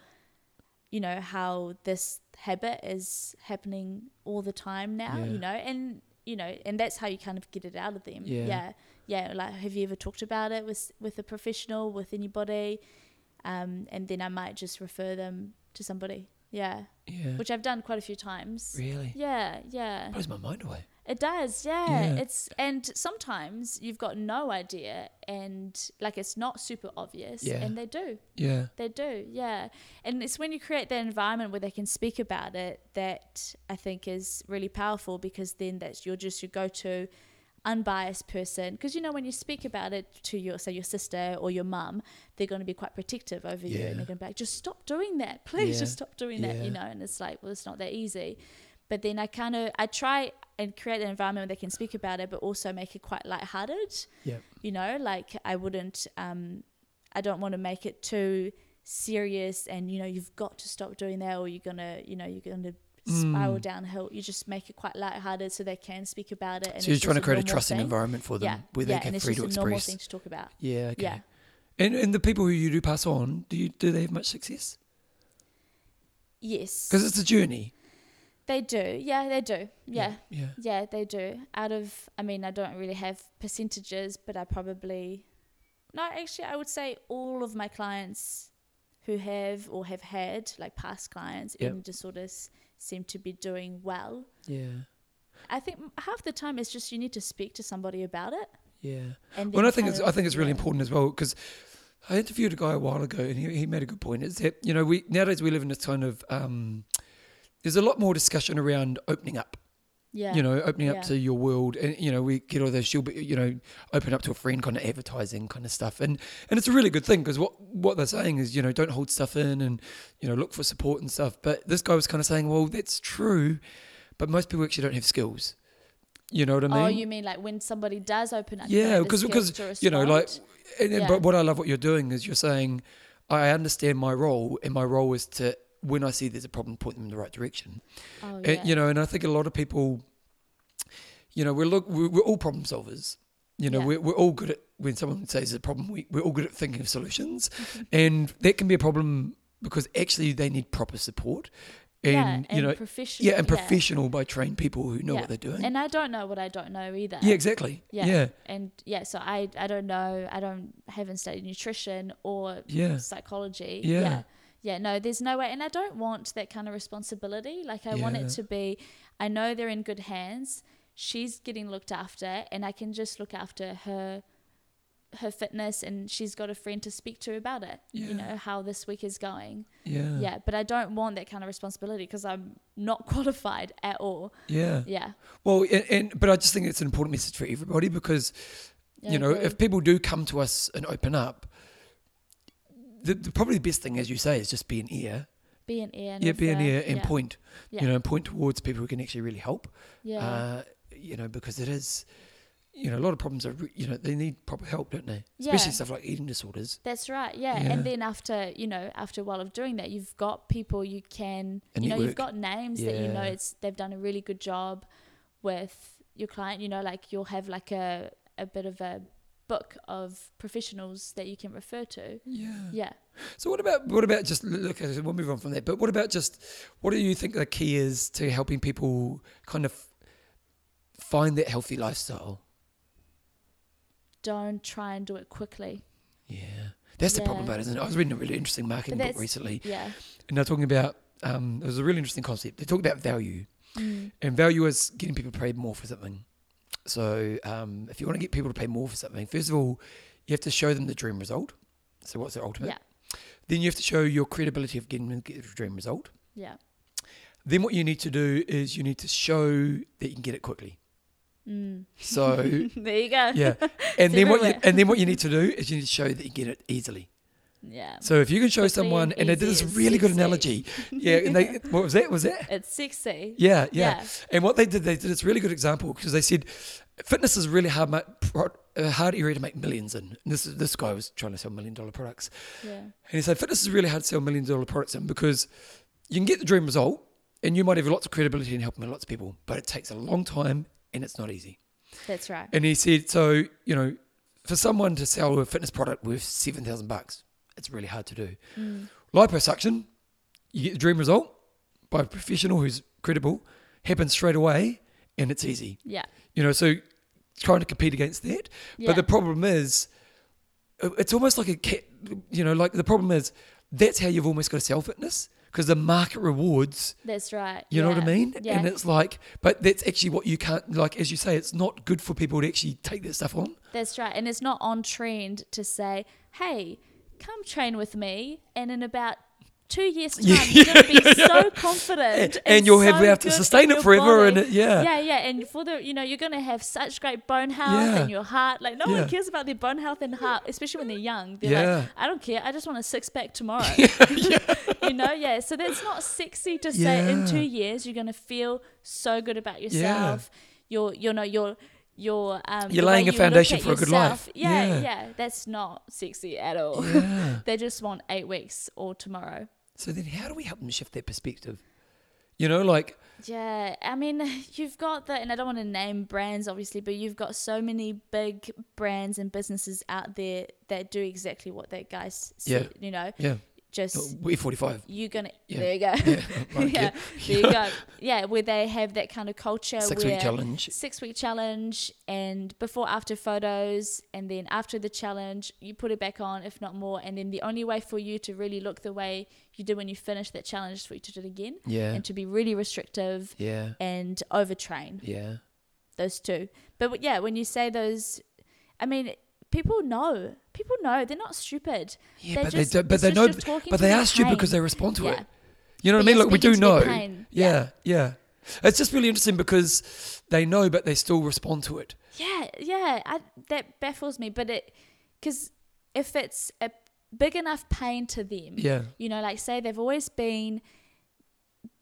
Speaker 2: you know, how this habit is happening all the time now?
Speaker 1: Yeah.
Speaker 2: You know, and you know, and that's how you kind of get it out of them.
Speaker 1: Yeah.
Speaker 2: yeah, Yeah, Like, have you ever talked about it with with a professional, with anybody? Um, and then I might just refer them to somebody. Yeah,
Speaker 1: Yeah.
Speaker 2: which I've done quite a few times.
Speaker 1: Really?
Speaker 2: Yeah, yeah.
Speaker 1: Blows my mind away.
Speaker 2: It does, yeah.
Speaker 1: Yeah.
Speaker 2: It's and sometimes you've got no idea, and like it's not super obvious,
Speaker 1: Yeah.
Speaker 2: and they do,
Speaker 1: Yeah.
Speaker 2: they do, yeah. And it's when you create that environment where they can speak about it that I think is really powerful because then that's you're just your go-to unbiased person because you know when you speak about it to your say your sister or your mum they're going to be quite protective over you
Speaker 1: Yeah.
Speaker 2: and they're going to be like just stop doing that please
Speaker 1: Yeah.
Speaker 2: just stop doing that
Speaker 1: Yeah.
Speaker 2: you know and it's like well it's not that easy but then I kind of I try and create an environment where they can speak about it, but also make it quite lighthearted.
Speaker 1: Yeah.
Speaker 2: You know, like I wouldn't, um, I don't want to make it too serious and you know you've got to stop doing that or you're gonna, you know, you're gonna
Speaker 1: Mm.
Speaker 2: spiral downhill. You just make it quite lighthearted so they can speak about it. And
Speaker 1: So you're
Speaker 2: it's
Speaker 1: trying
Speaker 2: just
Speaker 1: to create a
Speaker 2: normal
Speaker 1: trusting
Speaker 2: thing.
Speaker 1: environment for them
Speaker 2: yeah,
Speaker 1: where
Speaker 2: yeah,
Speaker 1: they
Speaker 2: and
Speaker 1: can
Speaker 2: it's
Speaker 1: free
Speaker 2: just
Speaker 1: to
Speaker 2: a normal
Speaker 1: express.
Speaker 2: thing to talk about.
Speaker 1: Yeah, okay.
Speaker 2: Yeah.
Speaker 1: And and the people who you do pass on, do you do they have much success?
Speaker 2: Yes,
Speaker 1: Because it's a journey.
Speaker 2: they do. Yeah, they do. Yeah. yeah,
Speaker 1: Yeah.
Speaker 2: they do. Out of, I mean, I don't really have percentages, but I probably, no, actually, I would say all of my clients who have or have had like past clients
Speaker 1: Yeah.
Speaker 2: eating disorders seem to be doing well.
Speaker 1: Yeah.
Speaker 2: I think m- half the time it's just you need to speak to somebody about it.
Speaker 1: Yeah.
Speaker 2: And
Speaker 1: Well,
Speaker 2: then
Speaker 1: I think
Speaker 2: kind
Speaker 1: it's,
Speaker 2: of-
Speaker 1: I think it's really
Speaker 2: yeah.
Speaker 1: important as well because I interviewed a guy a while ago, and he, he made a good point. Is that you know we nowadays we live in this kind of um, there's a lot more discussion around opening up.
Speaker 2: Yeah.
Speaker 1: You know, opening up
Speaker 2: Yeah.
Speaker 1: to your world, and you know we get all those she'll be you know open up to a friend kind of advertising kind of stuff, and and it's a really good thing because what what they're saying is you know don't hold stuff in and you know look for support and stuff. But this guy was kind of saying, well, that's true, but most people actually don't have skills. You know what I mean?
Speaker 2: oh, you mean like when somebody does open up?
Speaker 1: Yeah, because because you know, like, and, and-
Speaker 2: Yeah.
Speaker 1: but what I love what you're doing is you're saying, I understand my role, and my role is to when I see there's a problem, point them in the right direction.
Speaker 2: oh, yeah.
Speaker 1: And, you know, and I think a lot of people, you know, we're look, we're, we're all problem solvers. You know,
Speaker 2: Yeah.
Speaker 1: we're, we're all good at when someone says there's a problem, we, we're all good at thinking of solutions,
Speaker 2: Mm-hmm.
Speaker 1: and that can be a problem because actually they need proper support, and,
Speaker 2: yeah,
Speaker 1: you know,
Speaker 2: professional,
Speaker 1: yeah, and professional by trained people who know
Speaker 2: Yeah.
Speaker 1: what they're doing.
Speaker 2: And I don't know what I don't know either.
Speaker 1: yeah, exactly.
Speaker 2: Yeah.
Speaker 1: yeah,
Speaker 2: And yeah, so I I don't know. I don't haven't studied nutrition or
Speaker 1: yeah.
Speaker 2: psychology.
Speaker 1: Yeah.
Speaker 2: yeah. Yeah, no, there's no way. And I don't want that kind of responsibility. Like, I want
Speaker 1: Yeah.
Speaker 2: it to be, I know they're in good hands. She's getting looked after, and I can just look after her her fitness and she's got a friend to speak to about it
Speaker 1: Yeah.
Speaker 2: you know how this week is going
Speaker 1: Yeah.
Speaker 2: yeah but i don't want that kind of responsibility because i'm not qualified at all
Speaker 1: Yeah.
Speaker 2: yeah
Speaker 1: Well, and, and but I just think it's an important message for everybody because
Speaker 2: I
Speaker 1: you know
Speaker 2: agree.
Speaker 1: if people do come to us and open up, the, the probably the best thing, as you say, is just be an ear.
Speaker 2: be an ear and
Speaker 1: Yeah, be an
Speaker 2: refer.
Speaker 1: ear and
Speaker 2: yeah.
Speaker 1: point.
Speaker 2: Yeah.
Speaker 1: You know, and point towards people who can actually really help.
Speaker 2: yeah
Speaker 1: Uh, you know, because it is, you know, a lot of problems are re- you know they need proper help, don't they?
Speaker 2: Yeah.
Speaker 1: Especially stuff like eating disorders
Speaker 2: That's right, yeah.
Speaker 1: Yeah.
Speaker 2: And then after you know, after a while of doing that, you've got people you can
Speaker 1: A
Speaker 2: you know,
Speaker 1: network.
Speaker 2: you've got names that you know
Speaker 1: Yeah.
Speaker 2: it's they've done a really good job with your client. You know, like you'll have like a a bit of a book of professionals that you can refer to.
Speaker 1: yeah
Speaker 2: Yeah.
Speaker 1: so what about what about just look we'll move on from that but what about just what do you think the key is to helping people kind of find that healthy lifestyle
Speaker 2: Don't try and do it quickly.
Speaker 1: Yeah. That's the problem
Speaker 2: Yeah.
Speaker 1: about it, isn't it? I was reading a really interesting marketing book
Speaker 2: that's-
Speaker 1: recently,
Speaker 2: Yeah.
Speaker 1: and they're talking about, um, it was a really interesting concept. They talk about value,
Speaker 2: Mm,
Speaker 1: and value is getting people to pay more for something. So um, if you want to get people to pay more for something, first of all, you have to show them the dream result. So what's their ultimate?
Speaker 2: Yeah.
Speaker 1: Then you have to show your credibility of getting them to get the dream result.
Speaker 2: Yeah.
Speaker 1: Then what you need to do is you need to show that you can get it quickly.
Speaker 2: Mm.
Speaker 1: So
Speaker 2: there you go.
Speaker 1: yeah, and then what you,
Speaker 2: everywhere.
Speaker 1: and then what you need to do is you need to show that you get it easily.
Speaker 2: Yeah.
Speaker 1: So if you can show
Speaker 2: Quickly
Speaker 1: someone,
Speaker 2: and
Speaker 1: and they did this
Speaker 2: easy is
Speaker 1: really good
Speaker 2: sexy.
Speaker 1: analogy, yeah, and they what was that? Was that?
Speaker 2: It's sexy.
Speaker 1: Yeah, yeah,
Speaker 2: Yeah.
Speaker 1: And what they did, they did this really good example because they said fitness is really hard, ma- pro- a hard area to make millions in. And this is- this guy was trying to sell million dollar products,
Speaker 2: Yeah.
Speaker 1: and he said fitness is really hard to sell million dollar products in because you can get the dream result, and you might have lots of credibility and helping lots of people, but it takes a long time and it's not easy.
Speaker 2: That's right.
Speaker 1: And he said, so you know, for someone to sell a fitness product worth seven thousand bucks, it's really hard to do. Liposuction, you get the dream result by a professional who's credible, happens straight away, and it's easy.
Speaker 2: Yeah.
Speaker 1: You know, so trying to compete against that.
Speaker 2: Yeah.
Speaker 1: But the problem is, uh, it's almost like a cat. You know, like the problem is that's how you've almost got to sell fitness because the market rewards
Speaker 2: That's right.
Speaker 1: you know what I
Speaker 2: yeah,
Speaker 1: mean?
Speaker 2: Yeah.
Speaker 1: And it's like, but that's actually what you can't, like, as you say, it's not good for people to actually take that stuff on.
Speaker 2: That's right. And it's not on trend to say, hey, come train with me. And in about two years' time,
Speaker 1: Yeah,
Speaker 2: you're going to be so confident.
Speaker 1: And, you'll
Speaker 2: so
Speaker 1: have, we have to
Speaker 2: good
Speaker 1: sustain
Speaker 2: in
Speaker 1: it
Speaker 2: your
Speaker 1: forever.
Speaker 2: body."
Speaker 1: And it, yeah.
Speaker 2: Yeah, yeah, and for the you know you're gonna have such great bone health
Speaker 1: Yeah.
Speaker 2: and your heart. Like no
Speaker 1: Yeah.
Speaker 2: one cares about their bone health and heart, especially when they're young. They're
Speaker 1: Yeah.
Speaker 2: like, I don't care. I just want a six pack tomorrow. you know, yeah. So that's not sexy to say in
Speaker 1: Yeah.
Speaker 2: two years you're gonna feel so good about yourself. You're you know you're you're um,
Speaker 1: You're
Speaker 2: the way
Speaker 1: laying a
Speaker 2: you look
Speaker 1: foundation
Speaker 2: at
Speaker 1: for a good life.
Speaker 2: yourself. Yeah,
Speaker 1: Yeah.
Speaker 2: yeah, That's not sexy at all.
Speaker 1: Yeah.
Speaker 2: they just want eight weeks or tomorrow.
Speaker 1: So then how do we help them shift their perspective? You know, like
Speaker 2: Yeah, I mean, you've got the, and I don't want to name brands obviously, but you've got so many big brands and businesses out there that do exactly what that guy's said, you know,
Speaker 1: yeah,
Speaker 2: just
Speaker 1: we're forty five.
Speaker 2: you're gonna,
Speaker 1: Yeah.
Speaker 2: there you go.
Speaker 1: Yeah, right,
Speaker 2: yeah,
Speaker 1: yeah.
Speaker 2: there you go. Yeah, where they have that kind of culture
Speaker 1: Six
Speaker 2: where
Speaker 1: week challenge.
Speaker 2: six week challenge and before after photos and then after the challenge you put it back on if not more and then the only way for you to really look the way you did when you finished that challenge is for you to do it again
Speaker 1: Yeah,
Speaker 2: and to be really restrictive
Speaker 1: yeah,
Speaker 2: and overtrain
Speaker 1: yeah.
Speaker 2: those two but w- yeah when you say those i mean people know people know they're not stupid
Speaker 1: Yeah,
Speaker 2: They're
Speaker 1: but
Speaker 2: just-
Speaker 1: they don't, but
Speaker 2: it's
Speaker 1: they
Speaker 2: just
Speaker 1: know,
Speaker 2: you're talking
Speaker 1: but
Speaker 2: from
Speaker 1: they
Speaker 2: your
Speaker 1: are stupid because
Speaker 2: pain.
Speaker 1: they respond to
Speaker 2: yeah
Speaker 1: it. You know what
Speaker 2: But
Speaker 1: I mean?
Speaker 2: you're
Speaker 1: Like we do
Speaker 2: speaking to
Speaker 1: know.
Speaker 2: their pain. Yeah.
Speaker 1: Yeah, yeah. It's just really interesting because they know, but they still respond to it.
Speaker 2: Yeah, yeah, I, that baffles me. But it, because if it's a big enough pain to them,
Speaker 1: Yeah,
Speaker 2: you know, like say they've always been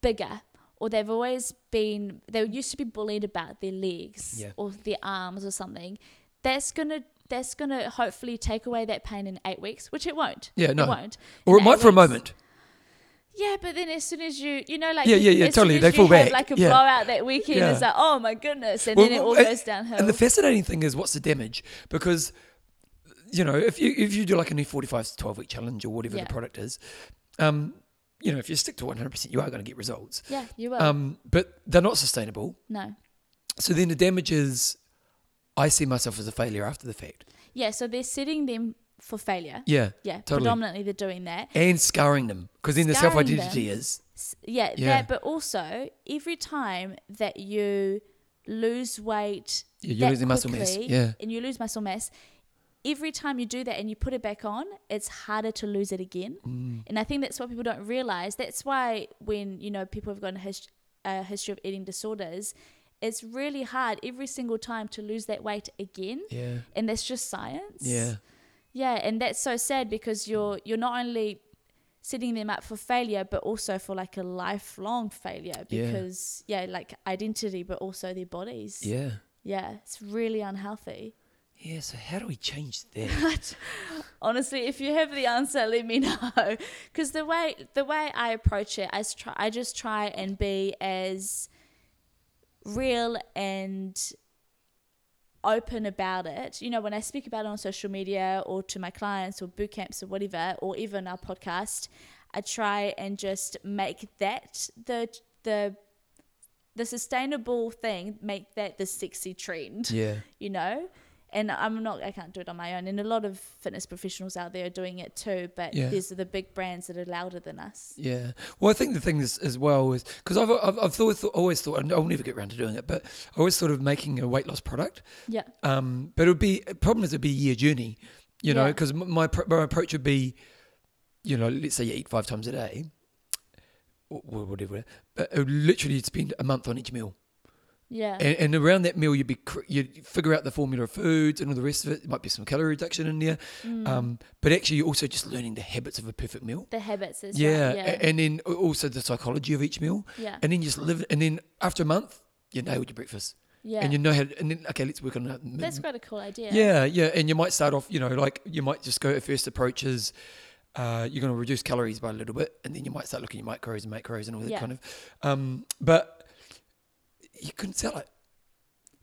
Speaker 2: bigger, or they've always been they used to be bullied about their legs
Speaker 1: Yeah.
Speaker 2: or their arms or something. That's gonna that's gonna hopefully take away that pain in eight weeks, which it won't.
Speaker 1: Yeah, no.
Speaker 2: it won't.
Speaker 1: or it
Speaker 2: In
Speaker 1: might
Speaker 2: eight
Speaker 1: for a
Speaker 2: weeks.
Speaker 1: moment.
Speaker 2: Yeah, but then as soon as you, you know, like
Speaker 1: Yeah, yeah, yeah,
Speaker 2: as soon
Speaker 1: totally,
Speaker 2: as
Speaker 1: they
Speaker 2: you
Speaker 1: fall
Speaker 2: have,
Speaker 1: back,
Speaker 2: Like a
Speaker 1: yeah.
Speaker 2: blowout that weekend
Speaker 1: Yeah.
Speaker 2: is like, oh my goodness, and
Speaker 1: Well,
Speaker 2: then it
Speaker 1: well,
Speaker 2: all
Speaker 1: and-
Speaker 2: goes downhill.
Speaker 1: And the fascinating thing is, what's the damage? Because you know, if you if you do like a new forty five to twelve week challenge or whatever
Speaker 2: Yeah.
Speaker 1: the product is, um, you know, if you stick to one hundred percent, you are going to get results.
Speaker 2: yeah, you will.
Speaker 1: Um, but they're not sustainable.
Speaker 2: no.
Speaker 1: So then the damage is, I see myself as a failure after the fact.
Speaker 2: Yeah, so they're setting them for failure.
Speaker 1: Yeah,
Speaker 2: Yeah,
Speaker 1: Totally.
Speaker 2: predominantly they're doing that.
Speaker 1: and scarring them because then the
Speaker 2: Scarring
Speaker 1: self identity is
Speaker 2: S- Yeah,
Speaker 1: Yeah.
Speaker 2: that. But also, every time that you lose weight,
Speaker 1: Yeah, you're
Speaker 2: that
Speaker 1: losing muscle mass,
Speaker 2: quickly
Speaker 1: yeah.
Speaker 2: and you lose muscle mass. Every time you do that and you put it back on, it's harder to lose it again.
Speaker 1: Mm.
Speaker 2: And I think that's what people don't realize. That's why when you know people have got a, hist- a history of eating disorders, it's really hard every single time to lose that weight again.
Speaker 1: yeah,
Speaker 2: And that's just science.
Speaker 1: yeah,
Speaker 2: Yeah, and that's so sad because you're you're not only setting them up for failure but also for like a lifelong failure
Speaker 1: Yeah.
Speaker 2: because yeah, like identity but also their bodies.
Speaker 1: yeah,
Speaker 2: Yeah, it's really unhealthy.
Speaker 1: yeah. So how do we change that?
Speaker 2: Honestly, if you have the answer, let me know. Cuz the way the way I approach it, I s- try I just try and be as real and open about it. You know, when I speak about it on social media or to my clients or boot camps or whatever, or even our podcast, I try and just make that the the the sustainable thing, make that the sexy trend.
Speaker 1: yeah,
Speaker 2: You know? And I'm not I can't do it on my own. And a lot of fitness professionals out there are doing it too, but
Speaker 1: Yeah.
Speaker 2: these are the big brands that are louder than us.
Speaker 1: yeah. Well, I think the thing is as well is because I've I've, I've thought, thought- always thought and I'll never get around to doing it, but I always thought of making a weight loss product.
Speaker 2: Yeah.
Speaker 1: Um, but it would be problem is it'd be a year journey, you know,
Speaker 2: Yeah.
Speaker 1: because my pro- my approach would be, you know, let's say you eat five times a day, or or whatever, but it would literally spend a month on each meal.
Speaker 2: Yeah.
Speaker 1: And, and around that meal, you'd be cr- you'd figure out the formula of foods and all the rest of it. There might be some calorie reduction in there,
Speaker 2: Mm.
Speaker 1: um, but actually, you're also just learning the habits of a perfect meal.
Speaker 2: the habits as
Speaker 1: yeah,
Speaker 2: well. Yeah.
Speaker 1: a- and then a- also the psychology of each meal,
Speaker 2: yeah.
Speaker 1: and then you just live. And then after a month, you nailed your breakfast,
Speaker 2: yeah.
Speaker 1: and you know how. To, and then okay, let's work on that. m-
Speaker 2: That's quite a cool idea.
Speaker 1: yeah, yeah, and you might start off, you know, like you might just go. First approach is uh, you're going to reduce calories by a little bit, and then you might start looking at micros and macros and all that
Speaker 2: Yeah.
Speaker 1: kind of. Um, but you couldn't sell it.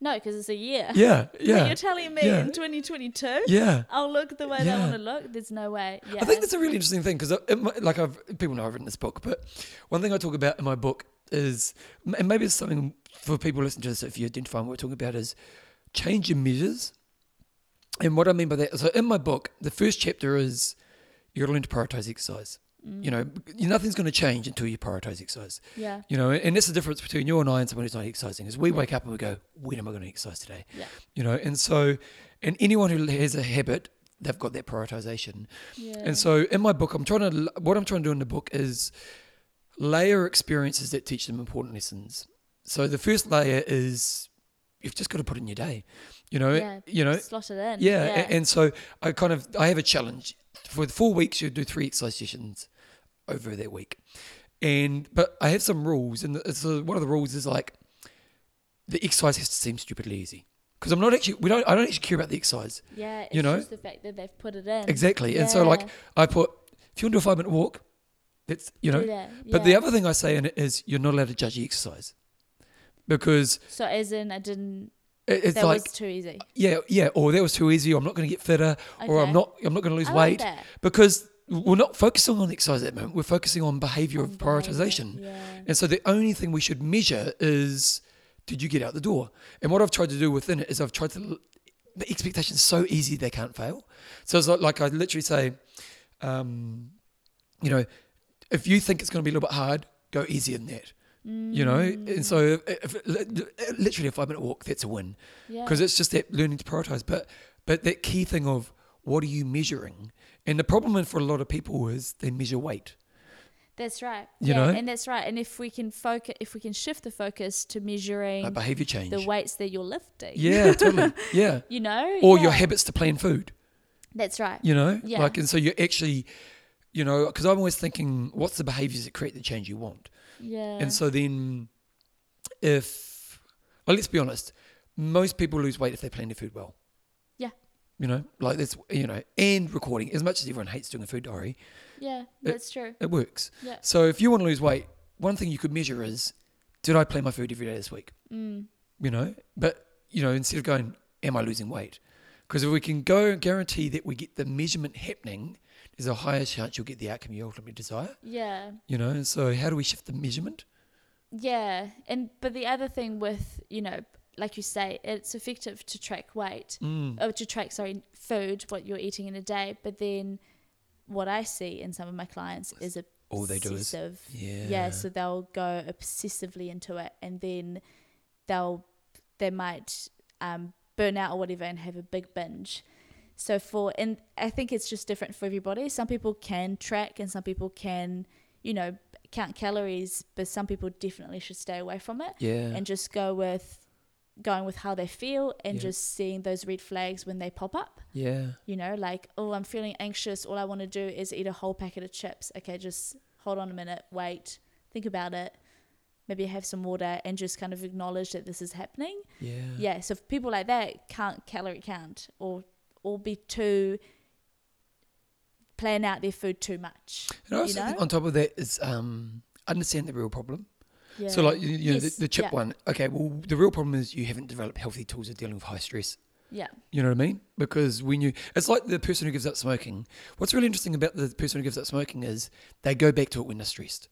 Speaker 2: No, because it's a year.
Speaker 1: Yeah,
Speaker 2: But
Speaker 1: yeah.
Speaker 2: you're telling me
Speaker 1: Yeah.
Speaker 2: in 2022,
Speaker 1: Yeah.
Speaker 2: I'll look the way that I
Speaker 1: Yeah.
Speaker 2: want to look. There's no way. Yeah.
Speaker 1: I think that's a really interesting thing because, like, I've people know I've written this book, but one thing I talk about in my book is, and maybe it's something for people listening to this if you identify what we're talking about is change your measures. And what I mean by that, so in my book, the first chapter is you got to learn to prioritize exercise. You know,
Speaker 2: Mm.
Speaker 1: nothing's going to change until you prioritize exercise.
Speaker 2: yeah.
Speaker 1: You know, and that's the difference between you and I and someone who's not exercising is we wake up and we go, when am I going to exercise today?
Speaker 2: Yeah.
Speaker 1: You know, and so, and anyone who has a habit, they've got that prioritization.
Speaker 2: Yeah.
Speaker 1: And so in my book, I'm trying to, what I'm trying to do in the book is layer experiences that teach them important lessons. So the first layer is you've just got to put it in your day, you know,
Speaker 2: Yeah,
Speaker 1: you know,
Speaker 2: slot it in.
Speaker 1: yeah. a- And, so I kind of, I have a challenge for the four weeks. You do three exercise sessions over that week. And, but I have some rules and it's uh one of the rules is like the exercise has to seem stupidly easy. Cause I'm not actually, we don't, I don't actually care about the exercise.
Speaker 2: yeah. It's
Speaker 1: you know?
Speaker 2: just the fact that they've put it in.
Speaker 1: Exactly. And so, like,
Speaker 2: Yeah.
Speaker 1: I put, if you want to do a five minute walk, That's you know.
Speaker 2: do that.
Speaker 1: But the
Speaker 2: yeah.
Speaker 1: other thing I say in it is you're not allowed to judge exercise because
Speaker 2: So as in, I didn't.
Speaker 1: it, it's
Speaker 2: that
Speaker 1: like
Speaker 2: was too easy.
Speaker 1: yeah, yeah, or that was too easy. Or I'm not going to get fitter, or
Speaker 2: Okay.
Speaker 1: I'm not I'm not going to lose
Speaker 2: I like
Speaker 1: weight
Speaker 2: that.
Speaker 1: because we're not focusing on exercise at the moment. We're focusing on behavior of prioritization.
Speaker 2: Yeah.
Speaker 1: And so the only thing we should measure is did you get out the door? And what I've tried to do within it is I've tried to the expectation's so easy they can't fail. So it's like, like I literally say, um, you know, if you think it's going to be a little bit hard, go easier than that. You know, and so if, if- literally a five minute walk, that's a win
Speaker 2: Yeah.
Speaker 1: because it's just that learning to prioritize. But but that key thing of what are you measuring? And the problem for a lot of people is they measure weight.
Speaker 2: That's right.
Speaker 1: You
Speaker 2: yeah,
Speaker 1: know?
Speaker 2: and that's right. And if we can focus, if we can shift the focus to
Speaker 1: Like
Speaker 2: measuring
Speaker 1: behavior change.
Speaker 2: the weights that you're lifting,
Speaker 1: Yeah, totally. Yeah.
Speaker 2: you know,
Speaker 1: Or
Speaker 2: yeah.
Speaker 1: your habits to plan food,
Speaker 2: That's right.
Speaker 1: you know?
Speaker 2: Yeah.
Speaker 1: Like, and so you're actually, you know, because I'm always thinking, what's the behaviors that create the change you want?
Speaker 2: Yeah.
Speaker 1: And so then, if, well, let's be honest, most people lose weight if they plan their food well.
Speaker 2: Yeah.
Speaker 1: You know, like that's, you know, and recording, as much as everyone hates doing a food diary,
Speaker 2: yeah, that's true.
Speaker 1: it works.
Speaker 2: Yeah.
Speaker 1: So if you want to lose weight, one thing you could measure is, did I plan my food every day this week?
Speaker 2: Mm.
Speaker 1: you know but you know instead of going am i losing weight because if we can go and guarantee that we get the measurement happening there's a higher chance you'll get the outcome you ultimately desire
Speaker 2: Yeah.
Speaker 1: you know and so how do we shift the measurement
Speaker 2: Yeah. And but the other thing with you know, like you say, it's effective to track weight
Speaker 1: mm.
Speaker 2: or to track sorry food what you're eating in a day. But then, what I see in some of my clients is a
Speaker 1: all they do is
Speaker 2: obsessive-
Speaker 1: yeah
Speaker 2: yeah so they'll go obsessively into it and then they'll they might um, burn out or whatever and have a big binge so for and i think it's just different for everybody some people can track and some people can you know count calories but some people definitely should stay away from it
Speaker 1: yeah
Speaker 2: and just go with going with how they feel and
Speaker 1: Yeah.
Speaker 2: just seeing those red flags when they pop up
Speaker 1: yeah
Speaker 2: you know like oh i'm feeling anxious all i want to do is eat a whole packet of chips okay just hold on a minute wait think about it maybe have some water and just kind of acknowledge that this is happening
Speaker 1: yeah
Speaker 2: yeah so for people like that can't calorie count or or be too plan out their food too much
Speaker 1: and I also
Speaker 2: you know?
Speaker 1: think on top of that is um understand the real problem
Speaker 2: yeah
Speaker 1: uh, so like you, you know
Speaker 2: Yes,
Speaker 1: the, the chip
Speaker 2: yeah.
Speaker 1: one okay well the real problem is you haven't developed healthy tools of dealing with high stress
Speaker 2: yeah
Speaker 1: You know what I mean? Because when you, it's like the person who gives up smoking. What's really interesting about the person who gives up smoking is they go back to it when they're stressed.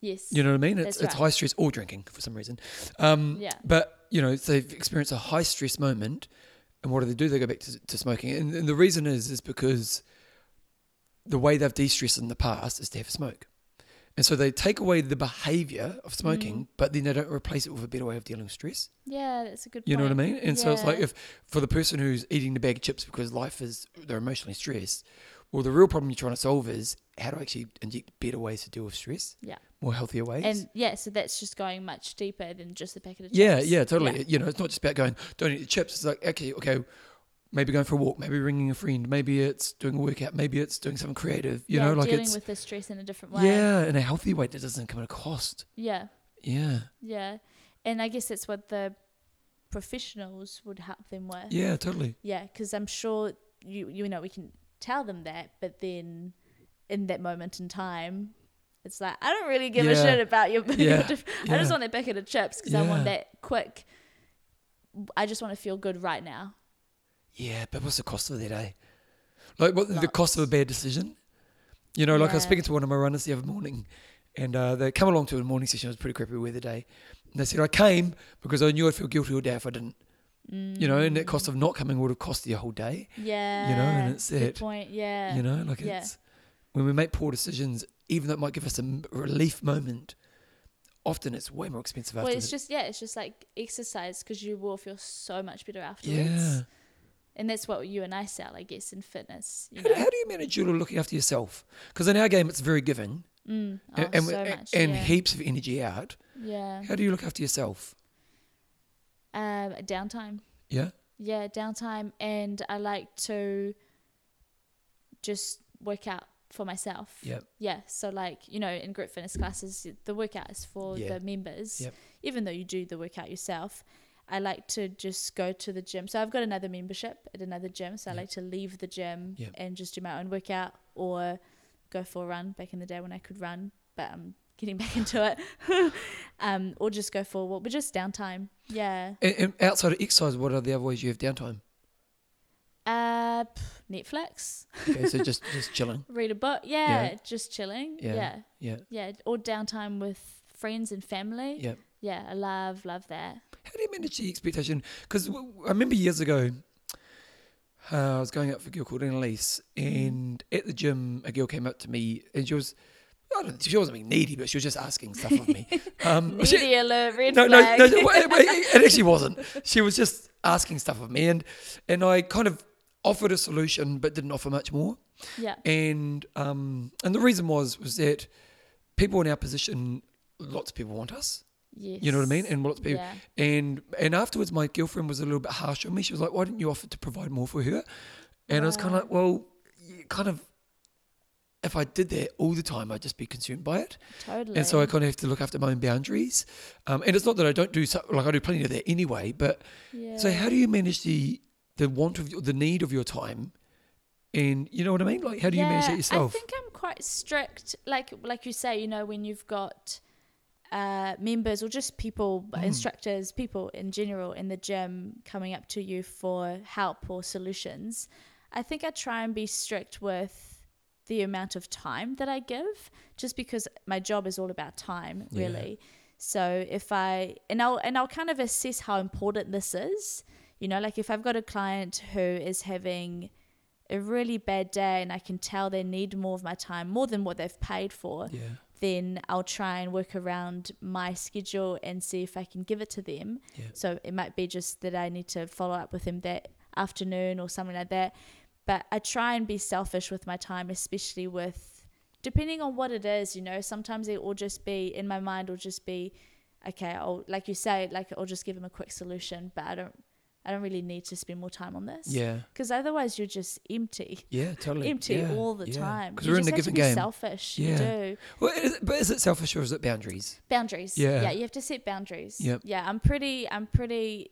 Speaker 2: yes
Speaker 1: You know what I mean? It's,
Speaker 2: That's
Speaker 1: it's
Speaker 2: right.
Speaker 1: high stress or drinking for some reason. Um,
Speaker 2: Yeah.
Speaker 1: But, you know, so they've experienced a high stress moment. And what do they do? They go back to, to smoking. And, and the reason is, is because the way they've de stressed in the past is to have a smoke. And so they take away the behavior of smoking,
Speaker 2: Mm.
Speaker 1: but then they don't replace it with a better way of dealing with stress.
Speaker 2: yeah that's a good
Speaker 1: You know what I
Speaker 2: point.
Speaker 1: mean? And so it's like
Speaker 2: Yeah.
Speaker 1: if for the person who's eating the bag of chips because life is they're emotionally stressed, well the real problem you're trying to solve is how to actually inject better ways to deal with stress.
Speaker 2: Yeah.
Speaker 1: More healthier ways.
Speaker 2: and yeah so that's just going much deeper than just the packet of chips
Speaker 1: yeah, yeah, totally. You know, it's not just about going, don't eat the chips. It's like, okay, okay, maybe going for a walk, maybe ringing a friend, maybe it's doing a workout, maybe it's doing something creative, you
Speaker 2: Yeah,
Speaker 1: know, like
Speaker 2: dealing
Speaker 1: it's
Speaker 2: with the stress in a different way
Speaker 1: Yeah, in a healthy way that doesn't come at a cost.
Speaker 2: yeah
Speaker 1: Yeah.
Speaker 2: Yeah. And I guess that's what the professionals would help them with.
Speaker 1: Yeah, totally.
Speaker 2: Yeah, because I'm sure you you know we can tell them that, but then in that moment in time, it's like I don't really give a
Speaker 1: Yeah.
Speaker 2: shit about your.
Speaker 1: Yeah,
Speaker 2: your diff- I
Speaker 1: yeah.
Speaker 2: just want that bucket of chips because I
Speaker 1: Yeah.
Speaker 2: want that quick. I just want to feel good right now.
Speaker 1: Yeah, but what's the cost of that, eh? Like, what the cost of a
Speaker 2: Lots.
Speaker 1: bad decision? You know, like I was
Speaker 2: Yeah.
Speaker 1: speaking to one of my runners the other morning, and uh, they come along to a morning session. It was pretty crappy weather day. And they said, I came because I knew I'd feel guilty all day if I didn't. You know, and that cost of not coming would have cost you a whole day.
Speaker 2: Mm, Yeah.
Speaker 1: it's
Speaker 2: good
Speaker 1: it,
Speaker 2: point. Yeah.
Speaker 1: You know, like
Speaker 2: Yeah.
Speaker 1: it's when we make poor decisions, even though it might give us a m- relief moment, often it's way more expensive after
Speaker 2: well, it's
Speaker 1: that.
Speaker 2: just yeah, it's just like exercise because you will feel so much better afterwards.
Speaker 1: Yeah.
Speaker 2: And that's what you and I sell, I guess, in fitness. You
Speaker 1: How, do-
Speaker 2: know?
Speaker 1: how do you manage your looking after yourself? Because in our game, it's very giving
Speaker 2: Mm. Oh,
Speaker 1: and, and,
Speaker 2: so
Speaker 1: and-
Speaker 2: much.
Speaker 1: and
Speaker 2: yeah.
Speaker 1: heaps of energy out.
Speaker 2: yeah.
Speaker 1: How do you look after yourself?
Speaker 2: Um, downtime.
Speaker 1: Yeah.
Speaker 2: Yeah, downtime. And I like to just work out for myself.
Speaker 1: Yep.
Speaker 2: Yeah. So, like, you know, in group fitness classes, the workout is for
Speaker 1: Yeah.
Speaker 2: the members.
Speaker 1: Yep.
Speaker 2: Even though you do the workout yourself, I like to just go to the gym. So, I've got another membership at another gym. So, I
Speaker 1: Yep.
Speaker 2: like to leave the gym
Speaker 1: Yep.
Speaker 2: and just do my own workout or go for a run back in the day when I could run, but I'm getting back into it. um, or just go for a walk, but just downtime. Yeah.
Speaker 1: And, and outside of exercise, what are the other ways you have downtime?
Speaker 2: Uh, pff, Netflix,
Speaker 1: Okay, so just just chilling.
Speaker 2: read a book. Yeah,
Speaker 1: Yeah.
Speaker 2: just chilling.
Speaker 1: Yeah.
Speaker 2: Yeah. yeah.
Speaker 1: Yeah.
Speaker 2: Or downtime with friends and family.
Speaker 1: Yeah.
Speaker 2: Yeah, I love, love that.
Speaker 1: How do you manage the expectation? Because I remember years ago, uh, I was going out for a girl called Annalise, and at the gym, a girl came up to me and she was, I don't, she wasn't being needy, but she was just asking stuff of me. Um, she-
Speaker 2: Media alert, red
Speaker 1: no, no,
Speaker 2: flag.
Speaker 1: no, no, wait, wait, it actually wasn't. She was just asking stuff of me, and and I kind of offered a solution, but didn't offer much more.
Speaker 2: yeah.
Speaker 1: And um, and the reason was was that people in our position, lots of people want us.
Speaker 2: Yes.
Speaker 1: You know what I mean? And lots of people.
Speaker 2: Yeah.
Speaker 1: And and afterwards, my girlfriend was a little bit harsh on me. She was like, "Why didn't you offer to provide more for her?" And I was kind of like, "Well, you kind of." If I did that all the time, I'd just be consumed by it,
Speaker 2: Totally.
Speaker 1: and so I kind of have to look after my own boundaries. Um, and it's not that I don't do so, like I do plenty of that anyway. But
Speaker 2: yeah.
Speaker 1: so, how do you manage the the want of your, the need of your time, and you know what I mean? Like, how do you manage that yourself?
Speaker 2: I think I'm quite strict. Like like you say, you know, when you've got uh, members or just people,
Speaker 1: Mm-hmm.
Speaker 2: instructors, people in general in the gym coming up to you for help or solutions, I think I try and be strict with the amount of time that I give, just because my job is all about time,
Speaker 1: Yeah.
Speaker 2: really. So if I and I'll and I'll kind of assess how important this is. You know, like if I've got a client who is having a really bad day and I can tell they need more of my time, more than what they've paid for,
Speaker 1: yeah,
Speaker 2: then I'll try and work around my schedule and see if I can give it to them.
Speaker 1: Yeah.
Speaker 2: So it might be just that I need to follow up with them that afternoon or something like that. But I try and be selfish with my time, especially with depending on what it is, you know, sometimes it will just be in my mind will just be, okay, I'll like you say, like I'll just give them a quick solution, but I don't I don't really need to spend more time on this.
Speaker 1: yeah,
Speaker 2: Because otherwise you're just empty.
Speaker 1: yeah, totally.
Speaker 2: Empty
Speaker 1: yeah,
Speaker 2: all the
Speaker 1: yeah.
Speaker 2: time.
Speaker 1: 'Cause
Speaker 2: You
Speaker 1: we're in
Speaker 2: just
Speaker 1: the
Speaker 2: have to
Speaker 1: giving
Speaker 2: be
Speaker 1: game.
Speaker 2: selfish.
Speaker 1: Yeah.
Speaker 2: You do.
Speaker 1: Well, is it, but is it selfish or is it boundaries?
Speaker 2: boundaries
Speaker 1: Yeah.
Speaker 2: yeah you have to set boundaries
Speaker 1: Yep.
Speaker 2: yeah i'm pretty i'm pretty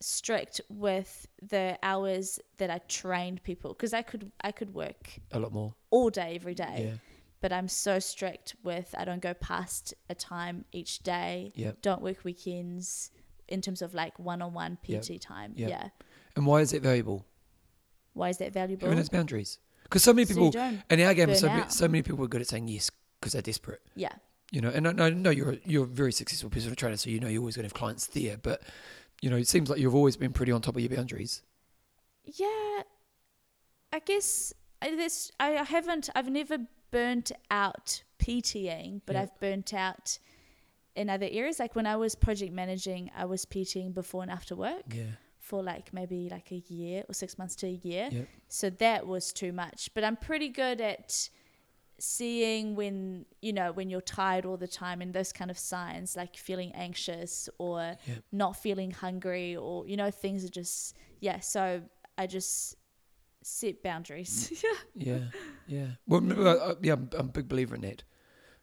Speaker 2: strict with the hours that i train people because i could i could work
Speaker 1: A lot more.
Speaker 2: all day every day
Speaker 1: Yeah.
Speaker 2: but i'm so strict with i don't go past a time each day
Speaker 1: Yep.
Speaker 2: don't work weekends in terms of like one-on-one pt
Speaker 1: Yep.
Speaker 2: time
Speaker 1: Yep.
Speaker 2: yeah
Speaker 1: And why is it valuable?
Speaker 2: why is that valuable
Speaker 1: Having its boundaries. Because so many
Speaker 2: So you
Speaker 1: people,
Speaker 2: don't
Speaker 1: in our game,
Speaker 2: burn
Speaker 1: so, ma-
Speaker 2: out.
Speaker 1: so many people are good at saying yes because they're desperate.
Speaker 2: yeah
Speaker 1: You know, and I, and I know you're a, you're a very successful personal trainer, so you know you're always going to have clients there. But you know, it seems like you've always been pretty on top of your boundaries.
Speaker 2: Yeah, I guess I, this. I, I haven't. I've never burnt out PTing, but
Speaker 1: Yeah.
Speaker 2: I've burnt out in other areas. Like when I was project managing, I was PTing before and after work
Speaker 1: Yeah,
Speaker 2: for like maybe like a year or six months to a year.
Speaker 1: Yep.
Speaker 2: So that was too much. But I'm pretty good at seeing when you know when you're tired all the time and those kind of signs like feeling anxious or
Speaker 1: Yep.
Speaker 2: not feeling hungry or you know things are just yeah so i just set boundaries yeah
Speaker 1: yeah, yeah. Well, no, I, I- yeah, I'm, I'm a big believer in that.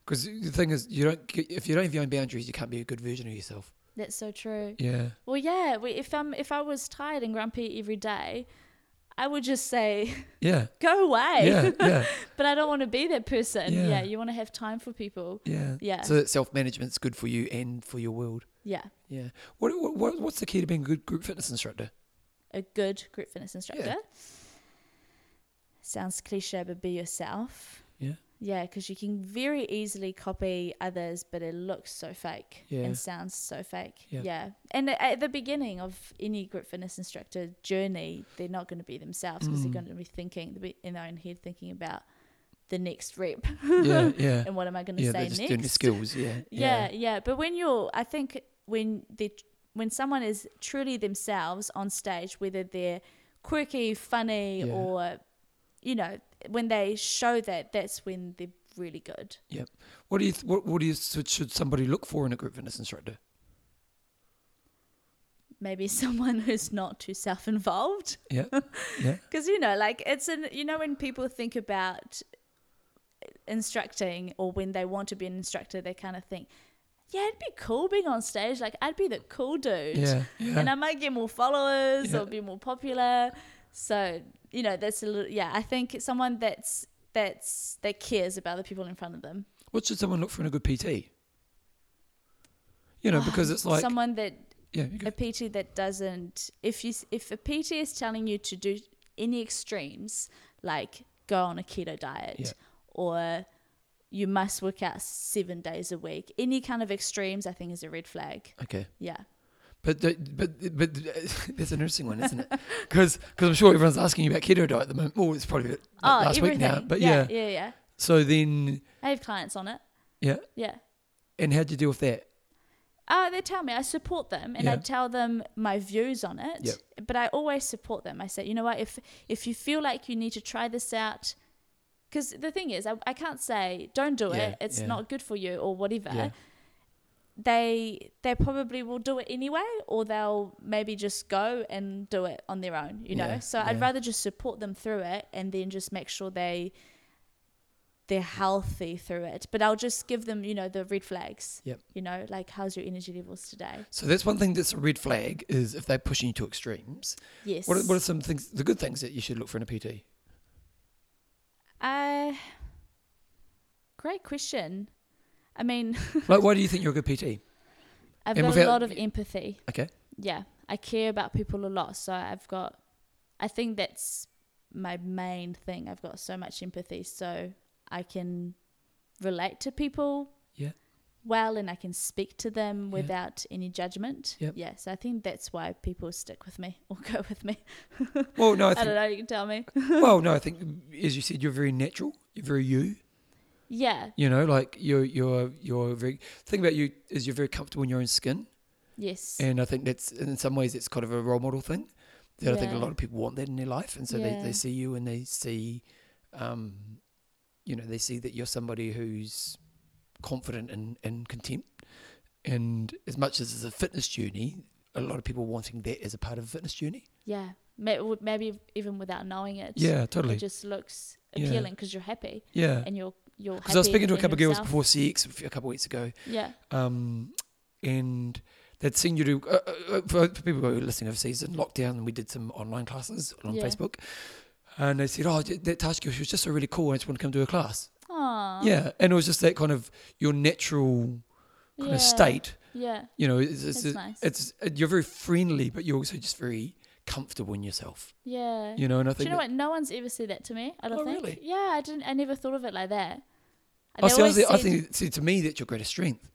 Speaker 1: Because the thing is, you don't get- if you don't have your own boundaries, you can't be a good version of yourself.
Speaker 2: that's so true
Speaker 1: Yeah,
Speaker 2: well yeah we- if i'm if i was tired and grumpy every day i would just say
Speaker 1: yeah,
Speaker 2: go away
Speaker 1: yeah, yeah,
Speaker 2: but i don't want to be that person
Speaker 1: Yeah.
Speaker 2: yeah, you want to have time for people
Speaker 1: yeah.
Speaker 2: Yeah.
Speaker 1: So that self management's good for you and for your world.
Speaker 2: yeah
Speaker 1: Yeah. What, what- what what's the key to being a good group fitness instructor?
Speaker 2: a good group fitness instructor sounds cliche but be yourself
Speaker 1: Yeah.
Speaker 2: Yeah, because you can very easily copy others, but it looks so fake
Speaker 1: Yeah.
Speaker 2: and sounds so fake.
Speaker 1: Yeah.
Speaker 2: Yeah. And a- at the beginning of any group fitness instructor journey, they're not going to be themselves because
Speaker 1: Mm.
Speaker 2: they're going to be thinking, they'll be in their own head thinking about the next rep
Speaker 1: Yeah, yeah.
Speaker 2: and what am I going to
Speaker 1: yeah,
Speaker 2: say
Speaker 1: they're just
Speaker 2: next?
Speaker 1: doing the skills. Yeah,
Speaker 2: yeah, yeah, But when you're, I think when they, when someone is truly themselves on stage, whether they're quirky, funny,
Speaker 1: Yeah.
Speaker 2: or you know, when they show that, that's when they're really good.
Speaker 1: What do you th- what what do you should, should somebody look for in a group fitness instructor?
Speaker 2: Maybe someone who's not too self-involved,
Speaker 1: Yeah, yeah,
Speaker 2: because you know, like it's an, you know, when people think about instructing or when they want to be an instructor, they kind of think, yeah, it'd be cool being on stage. Like I'd be the cool dude.
Speaker 1: yeah, yeah.
Speaker 2: and um, I might get more followers
Speaker 1: Yeah.
Speaker 2: or be more popular. So you know, that's a little yeah. I think it's someone that's that's that cares about the people in front of them.
Speaker 1: What should someone look for in a good PT? You
Speaker 2: Oh,
Speaker 1: know, because it's like
Speaker 2: someone that
Speaker 1: yeah, you go.
Speaker 2: a PT that doesn't if you s- if a PT is telling you to do any extremes like go on a keto diet
Speaker 1: Yeah.
Speaker 2: or you must work out 7 days a week any kind of extremes i think is a red flag
Speaker 1: okay.
Speaker 2: yeah
Speaker 1: But the- but but that's an interesting one, isn't it? Because I'm sure everyone's asking you about keto diet at the moment. Well, it's probably like last week now, but yeah.
Speaker 2: Oh, yeah yeah yeah
Speaker 1: So then,
Speaker 2: i have clients on it
Speaker 1: yeah,
Speaker 2: yeah
Speaker 1: and how'd you deal with that?
Speaker 2: Uh, they tell me I support them and I
Speaker 1: Yeah.
Speaker 2: tell them my views on it.
Speaker 1: Yep.
Speaker 2: But I always support them. I say, you know what, if if you feel like you need to try this out, because the thing is, I, I can't say don't do
Speaker 1: Yeah,
Speaker 2: it. It's
Speaker 1: yeah.
Speaker 2: not good for you or whatever.
Speaker 1: Yeah.
Speaker 2: They they probably will do it anyway, or they'll maybe just go and do it on their own. You know.
Speaker 1: Yeah,
Speaker 2: so I'd
Speaker 1: yeah.
Speaker 2: rather just support them through it and then just make sure they they're healthy through it. But I'll just give them, you know, the red flags.
Speaker 1: Yep.
Speaker 2: You know, like how's your energy levels today?
Speaker 1: So that's one thing that's a red flag is if they're pushing you to extremes.
Speaker 2: Yes.
Speaker 1: What are, what are some things, the good things that you should look for in a PT?
Speaker 2: Uh, great question. I mean,
Speaker 1: Like, why do you think you're a good PT?
Speaker 2: I've
Speaker 1: And
Speaker 2: got
Speaker 1: without-
Speaker 2: a lot of empathy.
Speaker 1: Okay.
Speaker 2: Yeah, I care about people a lot, so I've got. I think that's my main thing. I've got so much empathy, so I can relate to people
Speaker 1: Yeah.
Speaker 2: well, and I can speak to them
Speaker 1: Yeah.
Speaker 2: without any judgment.
Speaker 1: Yep.
Speaker 2: Yeah, so I think that's why people stick with me or go with me.
Speaker 1: Well, no, I
Speaker 2: I don't
Speaker 1: think,
Speaker 2: know. You can tell me.
Speaker 1: well, no, I think, as you said, you're very natural. You're very you.
Speaker 2: Yeah.
Speaker 1: You know, like you're, you're, you're very, the thing about you is you're very comfortable in your own skin.
Speaker 2: Yes.
Speaker 1: And I think that's, in some ways, it's kind of a role model thing that I think a
Speaker 2: Yeah.
Speaker 1: lot of people want that in their life. And so they,
Speaker 2: Yeah.
Speaker 1: they see you and they see, um, you know, they see that you're somebody who's confident and, and content. And as much as it's a fitness journey, a lot of people wanting that as a part of a fitness journey.
Speaker 2: Yeah, May- w- maybe even without knowing it.
Speaker 1: Yeah, totally.
Speaker 2: It just looks
Speaker 1: Yeah.
Speaker 2: appealing because you're happy
Speaker 1: yeah.
Speaker 2: and you're you're.
Speaker 1: Because I was
Speaker 2: happy
Speaker 1: speaking to a
Speaker 2: being
Speaker 1: couple of girls
Speaker 2: yourself.
Speaker 1: before CX a few- a couple of weeks ago,
Speaker 2: Yeah,
Speaker 1: um, and they'd seen you do. Uh, uh, uh, for for people who are listening overseas in lockdown, and we did some online classes on
Speaker 2: Yeah.
Speaker 1: Facebook, and they said, "Oh, j- that Tash girl, she was just so really cool. I just want to come to her class."
Speaker 2: Aww.
Speaker 1: Yeah, and it was just that kind of your natural kind
Speaker 2: Yeah.
Speaker 1: of state.
Speaker 2: Yeah,
Speaker 1: You know, it's it's,
Speaker 2: That's
Speaker 1: it's,
Speaker 2: nice.
Speaker 1: uh, you're very friendly, but you're also just very comfortable in yourself.
Speaker 2: yeah.
Speaker 1: You know, and I
Speaker 2: Do
Speaker 1: think
Speaker 2: you know
Speaker 1: that-
Speaker 2: what? No one's ever said that to me. I don't
Speaker 1: Oh,
Speaker 2: think.
Speaker 1: really?
Speaker 2: Yeah, I didn't. I never thought of it like that.
Speaker 1: I,
Speaker 2: They
Speaker 1: see, I,
Speaker 2: always
Speaker 1: see, I
Speaker 2: said
Speaker 1: think see, to me that's your greatest strength.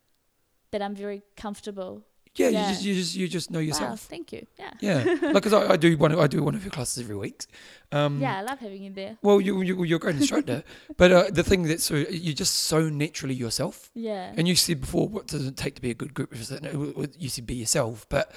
Speaker 2: that I'm very comfortable.
Speaker 1: Yeah,
Speaker 2: Yeah.
Speaker 1: you just you just you just know
Speaker 2: Wow,
Speaker 1: yourself.
Speaker 2: thank you. Yeah.
Speaker 1: Yeah, like 'cause I, I do one of- I do one of your classes every week. Um,
Speaker 2: Yeah, I love having you there.
Speaker 1: Well, you, you, you're a great instructor, but uh, the thing that's so, you're just so naturally yourself.
Speaker 2: Yeah.
Speaker 1: And you said before, what does it take to be a good group representative? Well, well, You said be yourself, but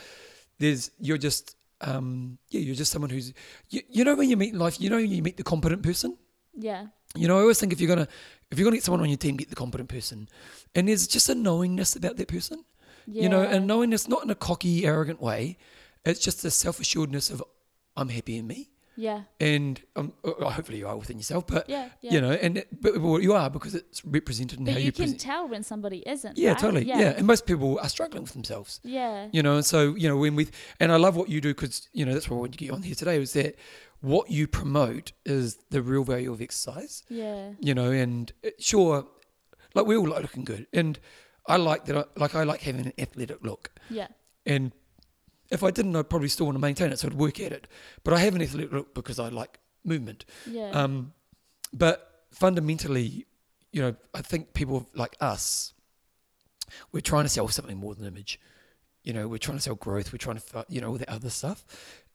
Speaker 1: there's you're just um, yeah, you're just someone who's you, you know when you meet in life, you know when you meet the competent person.
Speaker 2: yeah.
Speaker 1: You know, I always think if you're gonna if you're gonna get someone on your team, get the competent person. And there's just a knowingness about that person.
Speaker 2: Yeah.
Speaker 1: You know, and knowingness not in a cocky, arrogant way. It's just a self assuredness of I'm happy in me.
Speaker 2: yeah.
Speaker 1: And um, uh, hopefully you are within yourself, but
Speaker 2: Yeah. Yeah.
Speaker 1: you know, and it- but well, you are because it's represented in
Speaker 2: but
Speaker 1: how
Speaker 2: you,
Speaker 1: you,
Speaker 2: can
Speaker 1: present.
Speaker 2: tell when somebody isn't.
Speaker 1: yeah,
Speaker 2: right?
Speaker 1: totally. Yeah.
Speaker 2: Yeah.
Speaker 1: and most people are struggling with themselves.
Speaker 2: Yeah.
Speaker 1: You know, and so you know when we and I love what you do because you know that's what I wanted to get you on here today was that what you promote is the real value of exercise.
Speaker 2: Yeah.
Speaker 1: You know, and it- sure, like we all like looking good, and I like that. I, like I like having an athletic look,
Speaker 2: Yeah.
Speaker 1: and if I didn't, I'd probably still want to maintain it, so I'd work at it. But I have an athletic look because I like movement.
Speaker 2: Yeah.
Speaker 1: Um, but fundamentally, you know, I think people like us, we're trying to sell something more than image. You know, we're trying to sell growth. We're trying to, fi- you know, all that other stuff.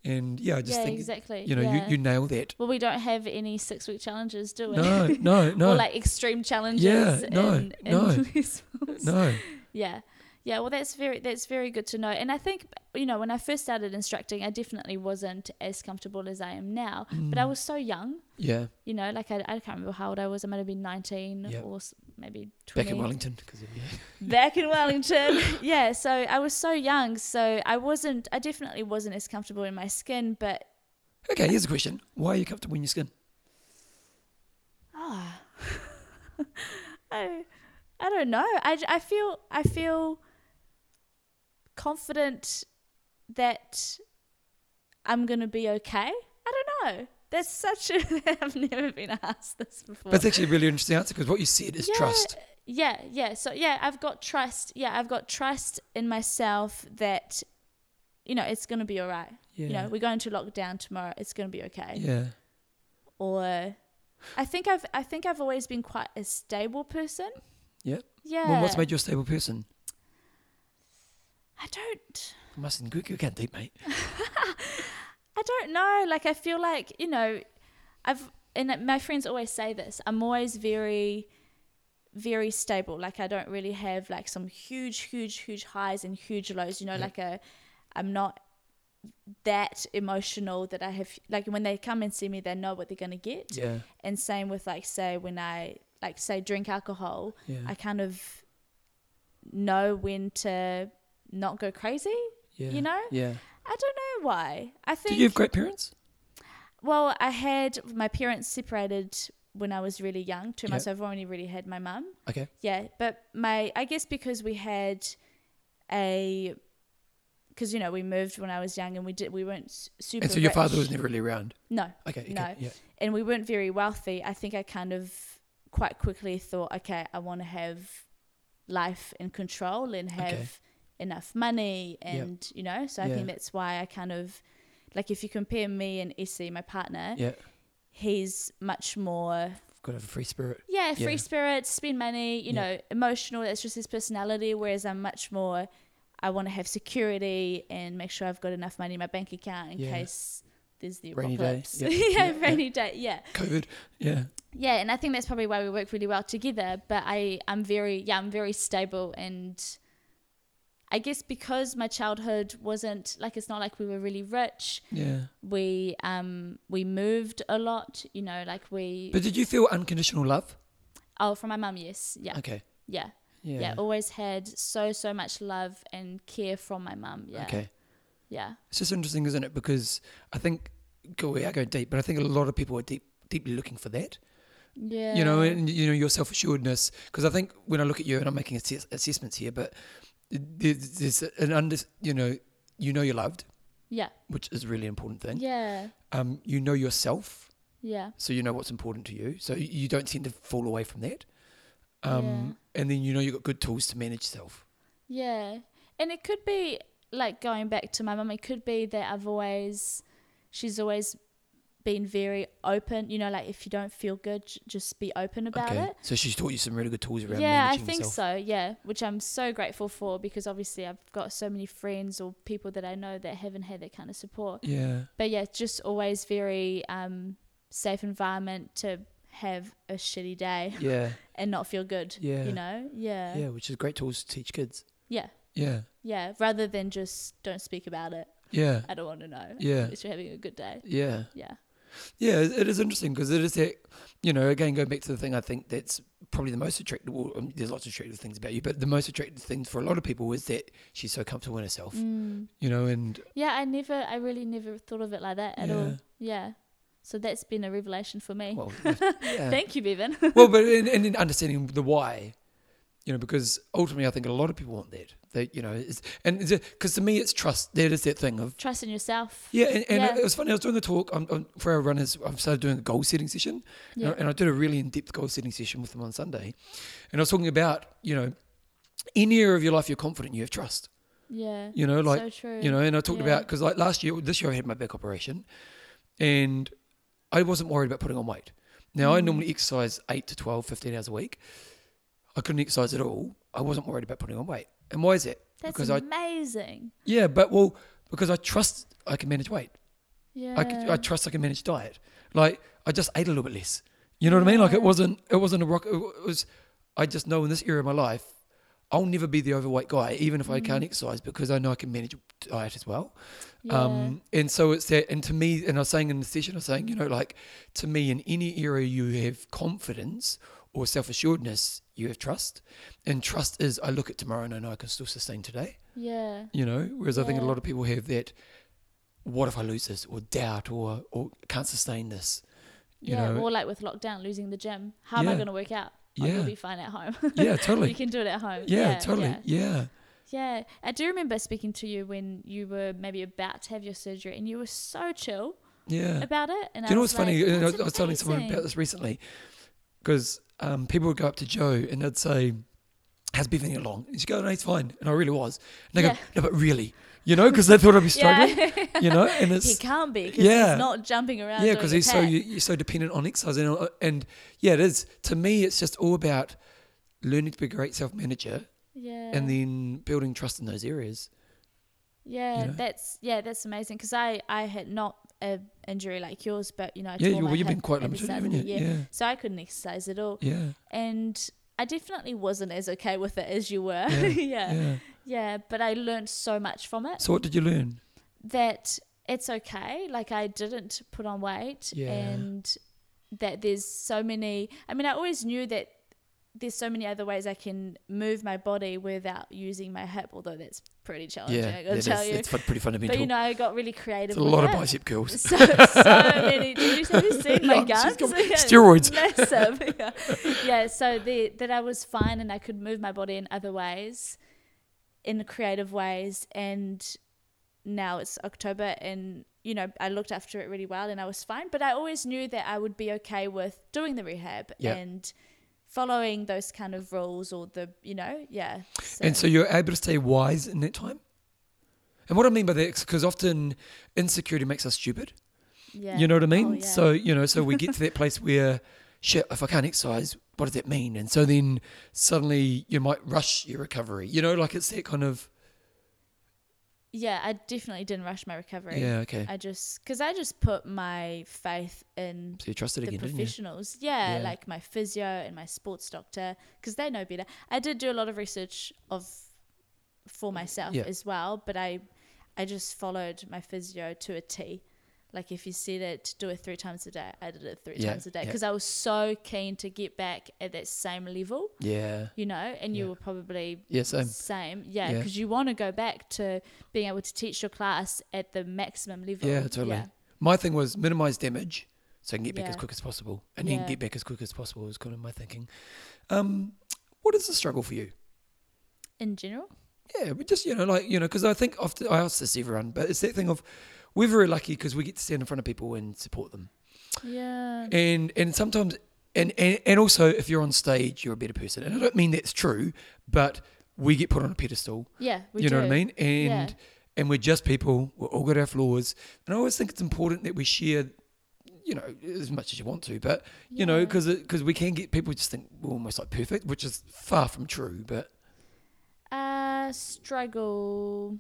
Speaker 1: And yeah, I just
Speaker 2: yeah.
Speaker 1: think,
Speaker 2: exactly.
Speaker 1: you know,
Speaker 2: yeah.
Speaker 1: you, you nail that.
Speaker 2: Well, we don't have any six week challenges, do we?
Speaker 1: No, no, no,
Speaker 2: or like extreme challenges.
Speaker 1: no,
Speaker 2: and, and
Speaker 1: no.
Speaker 2: levels.
Speaker 1: no.
Speaker 2: Yeah. Yeah. Well, that's very that's very good to know. And I think you know when I first started instructing, I definitely wasn't as comfortable as I am now. But
Speaker 1: Mm.
Speaker 2: I was so young.
Speaker 1: Yeah,
Speaker 2: You know, like I, I can't remember how old I was. I might have been nineteen
Speaker 1: Yeah.
Speaker 2: or s- maybe twenty
Speaker 1: back in Wellington. 'cause of- yeah.
Speaker 2: back in Wellington. yeah, so I was so young, so I wasn't. I definitely wasn't as comfortable in my skin, but
Speaker 1: Okay, here's a question. Why are you comfortable in your skin?
Speaker 2: Ah, I, I don't know. I, j- I feel I feel confident that I'm gonna be okay. I don't know. That's such a. I've never been asked this before.
Speaker 1: That's actually a really interesting answer because what you said is
Speaker 2: Yeah,
Speaker 1: trust.
Speaker 2: Yeah, yeah. So yeah, I've got trust. Yeah, I've got trust in myself that, you know, it's gonna be all right. You
Speaker 1: Yeah.
Speaker 2: know, we're going to lockdown tomorrow. It's gonna be okay.
Speaker 1: Yeah.
Speaker 2: Or, I think I've I think I've always been quite a stable person.
Speaker 1: Yeah.
Speaker 2: Yeah.
Speaker 1: Well, what's made you a stable person?
Speaker 2: I don't.
Speaker 1: I mustn't. Go, go can't deep, mate.
Speaker 2: I don't know. Like I feel like you know, I've and my friends always say this. I'm always very, very stable. Like I don't really have like some huge, huge, huge highs and huge lows. You know,
Speaker 1: Yeah.
Speaker 2: like a, I'm not that emotional that I have. Like when they come and see me, they know what they're gonna get.
Speaker 1: Yeah.
Speaker 2: And same with like say when I like say drink alcohol,
Speaker 1: Yeah.
Speaker 2: I kind of know when to not go crazy.
Speaker 1: yeah.
Speaker 2: you know?
Speaker 1: Yeah.
Speaker 2: I don't know why. I think
Speaker 1: Did you have great parents?
Speaker 2: well, I had my parents separated when I was really young, two
Speaker 1: Yeah.
Speaker 2: months. So I've only really had my mum.
Speaker 1: Okay.
Speaker 2: Yeah, but my I guess because we had a because you know we moved when I was young and we did we weren't s- super.
Speaker 1: And so your
Speaker 2: rich.
Speaker 1: father was never really around.
Speaker 2: no,
Speaker 1: Okay. okay,
Speaker 2: No.
Speaker 1: Yeah.
Speaker 2: and we weren't very wealthy. I think I kind of quite quickly thought, okay, I want to have life in control and have
Speaker 1: Okay.
Speaker 2: enough money,
Speaker 1: Yep.
Speaker 2: and you know. So I
Speaker 1: Yeah.
Speaker 2: think that's why I kind of like if you compare me and Essie, my partner,
Speaker 1: Yeah.
Speaker 2: he's much more
Speaker 1: Got to have a free spirit.
Speaker 2: yeah free
Speaker 1: Yeah.
Speaker 2: spirit spend money you
Speaker 1: Yeah.
Speaker 2: know emotional that's just his personality whereas i'm much more i want to have security and make sure i've got enough money in my bank account in
Speaker 1: Yeah.
Speaker 2: case there's the
Speaker 1: Rainy day.
Speaker 2: apocalypse
Speaker 1: Yeah.
Speaker 2: yeah,
Speaker 1: Yeah.
Speaker 2: rainy day yeah
Speaker 1: COVID. Yeah.
Speaker 2: yeah and i think that's probably why we work really well together but i i'm very yeah i'm very stable and i guess because my childhood wasn't like it's not like we were really rich
Speaker 1: Yeah.
Speaker 2: we um we moved a lot you know like we
Speaker 1: But did you feel unconditional love?
Speaker 2: oh from my mum yes yeah
Speaker 1: Okay.
Speaker 2: yeah
Speaker 1: Yeah.
Speaker 2: yeah Oh, always had so so much love and care from my mum yeah
Speaker 1: Okay.
Speaker 2: yeah
Speaker 1: It's just interesting, isn't it? Because I think go we are going deep, but I think a lot of people are deep deeply looking for that.
Speaker 2: yeah
Speaker 1: You know, and you know your self assuredness. Because I think when I look at you, and I'm making assess- assessments here, but there's, there's an under, you know, you know you're loved,
Speaker 2: yeah
Speaker 1: which is a really important thing.
Speaker 2: yeah
Speaker 1: Um, you know yourself,
Speaker 2: yeah
Speaker 1: so you know what's important to you. So you- you don't tend to fall away from that. Um, and then you know you've got good tools to manage self.
Speaker 2: Yeah. And it could be like going back to my mum, it could be that I've always, she's always been very open, you know, like if you don't feel good, j- just be open about
Speaker 1: okay.
Speaker 2: it.
Speaker 1: So she's taught you some really good tools around
Speaker 2: Yeah, I
Speaker 1: managing
Speaker 2: think
Speaker 1: yourself.
Speaker 2: so. Yeah, which I'm so grateful for because obviously I've got so many friends or people that I know that haven't had that kind of support.
Speaker 1: Yeah.
Speaker 2: But yeah, just always very um, safe environment to have a shitty day
Speaker 1: Yeah.
Speaker 2: and not feel good.
Speaker 1: Yeah.
Speaker 2: You know? Yeah.
Speaker 1: Yeah, which is great tools to teach kids.
Speaker 2: Yeah.
Speaker 1: Yeah.
Speaker 2: Yeah. Rather than just don't speak about it.
Speaker 1: Yeah.
Speaker 2: I don't want to know.
Speaker 1: Yeah.
Speaker 2: At least you're having a good day.
Speaker 1: Yeah.
Speaker 2: Yeah.
Speaker 1: Yeah, it it is interesting because it is that, you know, again, going back to the thing I think that's probably the most attractive, well, um, there's lots of attractive things about you, but the most attractive thing for a lot of people is that she's so comfortable in herself,
Speaker 2: Mm.
Speaker 1: you know, and
Speaker 2: Yeah, I never, I really never thought of it like that at
Speaker 1: Yeah.
Speaker 2: all. Yeah. So that's been a revelation for me.
Speaker 1: well, yeah.
Speaker 2: Thank you, Bevan.
Speaker 1: well, but and, and then understanding the why, you know, because ultimately I think a lot of people want that, that, you know, it's, and because to me it's trust, that is that thing of,
Speaker 2: Trust in yourself.
Speaker 1: Yeah, and, and
Speaker 2: Yeah.
Speaker 1: it was funny. I was doing a talk on, on, for our runners. I've started doing a goal setting session, and, I,
Speaker 2: Yeah.
Speaker 1: and I did a really in depth goal setting session with them on Sunday. And I was talking about, you know, any area of your life you're confident, you have trust.
Speaker 2: Yeah.
Speaker 1: You know, like
Speaker 2: so true.
Speaker 1: you know, and I talked
Speaker 2: Yeah.
Speaker 1: about because like last year, this year I had my back operation, and I wasn't worried about putting on weight. Now I
Speaker 2: Mm.
Speaker 1: normally exercise eight to 12, 15 hours a week. I couldn't exercise at all. I wasn't worried about putting on weight. And why is that?
Speaker 2: that's
Speaker 1: because I
Speaker 2: amazing.
Speaker 1: yeah, but well, because I trust I can manage weight.
Speaker 2: yeah.
Speaker 1: I, c- I trust I can manage diet. Like I just ate a little bit less. You know what I mean? Like it
Speaker 2: Yeah.
Speaker 1: wasn't it wasn't a rock. It was I just know in this area of my life, I'll never be the overweight guy, even if I
Speaker 2: Mm.
Speaker 1: can't exercise, because I know I can manage diet as well.
Speaker 2: yeah.
Speaker 1: Um, and so it's that. And to me, and I was saying in the session, I was saying, you know, like to me, in any area you have confidence or self assuredness, you have trust. And trust is I look at tomorrow and I know I can still sustain today
Speaker 2: yeah.
Speaker 1: you know whereas i think a
Speaker 2: Yeah.
Speaker 1: lot of people have that what if i lose this or doubt or or can't sustain this you
Speaker 2: Yeah.
Speaker 1: know-
Speaker 2: Or like with lockdown, losing the gym. How am I
Speaker 1: Yeah.
Speaker 2: going to work out? Oh,
Speaker 1: Yeah.
Speaker 2: You'll be fine at home.
Speaker 1: yeah
Speaker 2: you
Speaker 1: totally
Speaker 2: can do it at home.
Speaker 1: yeah, totally
Speaker 2: yeah.
Speaker 1: yeah
Speaker 2: Yeah, I do remember speaking to you when you were maybe about to have your surgery, and you were so chill.
Speaker 1: yeah.
Speaker 2: about it. And
Speaker 1: Do you know
Speaker 2: I
Speaker 1: what's
Speaker 2: was
Speaker 1: funny?
Speaker 2: like,
Speaker 1: You know,
Speaker 2: "That's
Speaker 1: I was telling someone
Speaker 2: amazing."
Speaker 1: about this recently because um, people would go up to Joe and they'd say, How's Bethany along? And she'd go, No, he's fine. And I really was. And they
Speaker 2: Yeah.
Speaker 1: go, No, but really, you know, because they thought I'd be struggling,
Speaker 2: Yeah.
Speaker 1: you know? And
Speaker 2: he
Speaker 1: it's,
Speaker 2: can't be 'cause
Speaker 1: Yeah.
Speaker 2: he's not jumping around.
Speaker 1: yeah,
Speaker 2: because
Speaker 1: because he's so, you- you're so dependent on exercise. And, uh, and yeah, it is. To me, it's just all about learning to be a great self manager
Speaker 2: yeah.
Speaker 1: and then building trust in those areas.
Speaker 2: Yeah,
Speaker 1: know?
Speaker 2: that's yeah, that's amazing. Because I I had not a injury like yours, but you know, I
Speaker 1: Yeah,
Speaker 2: tore
Speaker 1: you,
Speaker 2: my
Speaker 1: well, you've
Speaker 2: hip
Speaker 1: been quite
Speaker 2: at the
Speaker 1: limited,
Speaker 2: start
Speaker 1: haven't
Speaker 2: of
Speaker 1: you?
Speaker 2: the year,
Speaker 1: Yeah.
Speaker 2: so I couldn't exercise at all,
Speaker 1: Yeah.
Speaker 2: and I definitely wasn't as okay with it as you were.
Speaker 1: Yeah,
Speaker 2: Yeah, yeah,
Speaker 1: Yeah.
Speaker 2: But I learned so much from it
Speaker 1: So, what did you learn?
Speaker 2: that it's okay. Like I didn't put on weight,
Speaker 1: Yeah.
Speaker 2: and that there's so many. I mean, I always knew that there's so many other ways I can move my body without using my hip, although that's pretty challenging.
Speaker 1: Yeah,
Speaker 2: I gotta
Speaker 1: it
Speaker 2: tell
Speaker 1: is.
Speaker 2: you.
Speaker 1: It's fu- pretty fundamental.
Speaker 2: But you know, I got really creative.
Speaker 1: it's a
Speaker 2: with
Speaker 1: lot of
Speaker 2: it.
Speaker 1: bicep curls.
Speaker 2: So, so many. Did you, have you seen my
Speaker 1: Yeah,
Speaker 2: guns?
Speaker 1: she's got
Speaker 2: Yeah,
Speaker 1: steroids.
Speaker 2: Massive. Yeah. yeah so the, that I was fine and I could move my body in other ways, in creative ways. And now it's October and, you know, I looked after it really well and I was fine. But I always knew that I would be okay with doing the rehab
Speaker 1: Yeah.
Speaker 2: and following those kind of rules or the, you know, yeah.
Speaker 1: And so you're able to stay wise in that time. And what I mean by that is because often insecurity makes us stupid.
Speaker 2: yeah.
Speaker 1: You know what I mean?
Speaker 2: Oh, yeah.
Speaker 1: So you know, so we get to that place where shit, if I can't exercise, what does that mean? And so then suddenly you might rush your recovery. You know, like it's that kind of
Speaker 2: yeah, I definitely didn't rush my recovery.
Speaker 1: yeah, okay.
Speaker 2: I just because I just put my faith in
Speaker 1: so you trusted
Speaker 2: the
Speaker 1: again, didn't you?
Speaker 2: professionals, yeah,
Speaker 1: Yeah.
Speaker 2: like my physio and my sports doctor, because they know better. I did do a lot of research of for myself
Speaker 1: Yeah.
Speaker 2: as well, but I I just followed my physio to a T. Like if you said it, do it three times a day. I did it three
Speaker 1: Yeah,
Speaker 2: times a day
Speaker 1: yeah.
Speaker 2: because I was so keen to get back at that same level,
Speaker 1: Yeah.
Speaker 2: you know. And you
Speaker 1: Yeah.
Speaker 2: were probably
Speaker 1: Yeah, same.
Speaker 2: same, yeah,
Speaker 1: Yeah.
Speaker 2: because you want to go back to being able to teach your class at the maximum level.
Speaker 1: Yeah, totally. My thing was minimize damage so I can get back as
Speaker 2: Yeah.
Speaker 1: quick as possible. And
Speaker 2: Yeah.
Speaker 1: then get back as quick as possible was kind of my thinking. Um, what is the struggle for you?
Speaker 2: in general.
Speaker 1: Yeah, we just you know like you know because I think often I ask this to everyone, but it's that thing of we're very lucky because we get to stand in front of people and support them,
Speaker 2: Yeah.
Speaker 1: and and sometimes and, and and also if you're on stage, you're a better person, and I don't mean that's true, but we get put on a pedestal.
Speaker 2: Yeah, we
Speaker 1: you know what I
Speaker 2: do.
Speaker 1: mean? And and we're just people. We've all got our flaws, and I always think it's important that we share, you know, as much as you want to, but you know
Speaker 2: Yeah.
Speaker 1: because because we can get people just think we're almost like perfect, which is far from true, but.
Speaker 2: Uh, struggle.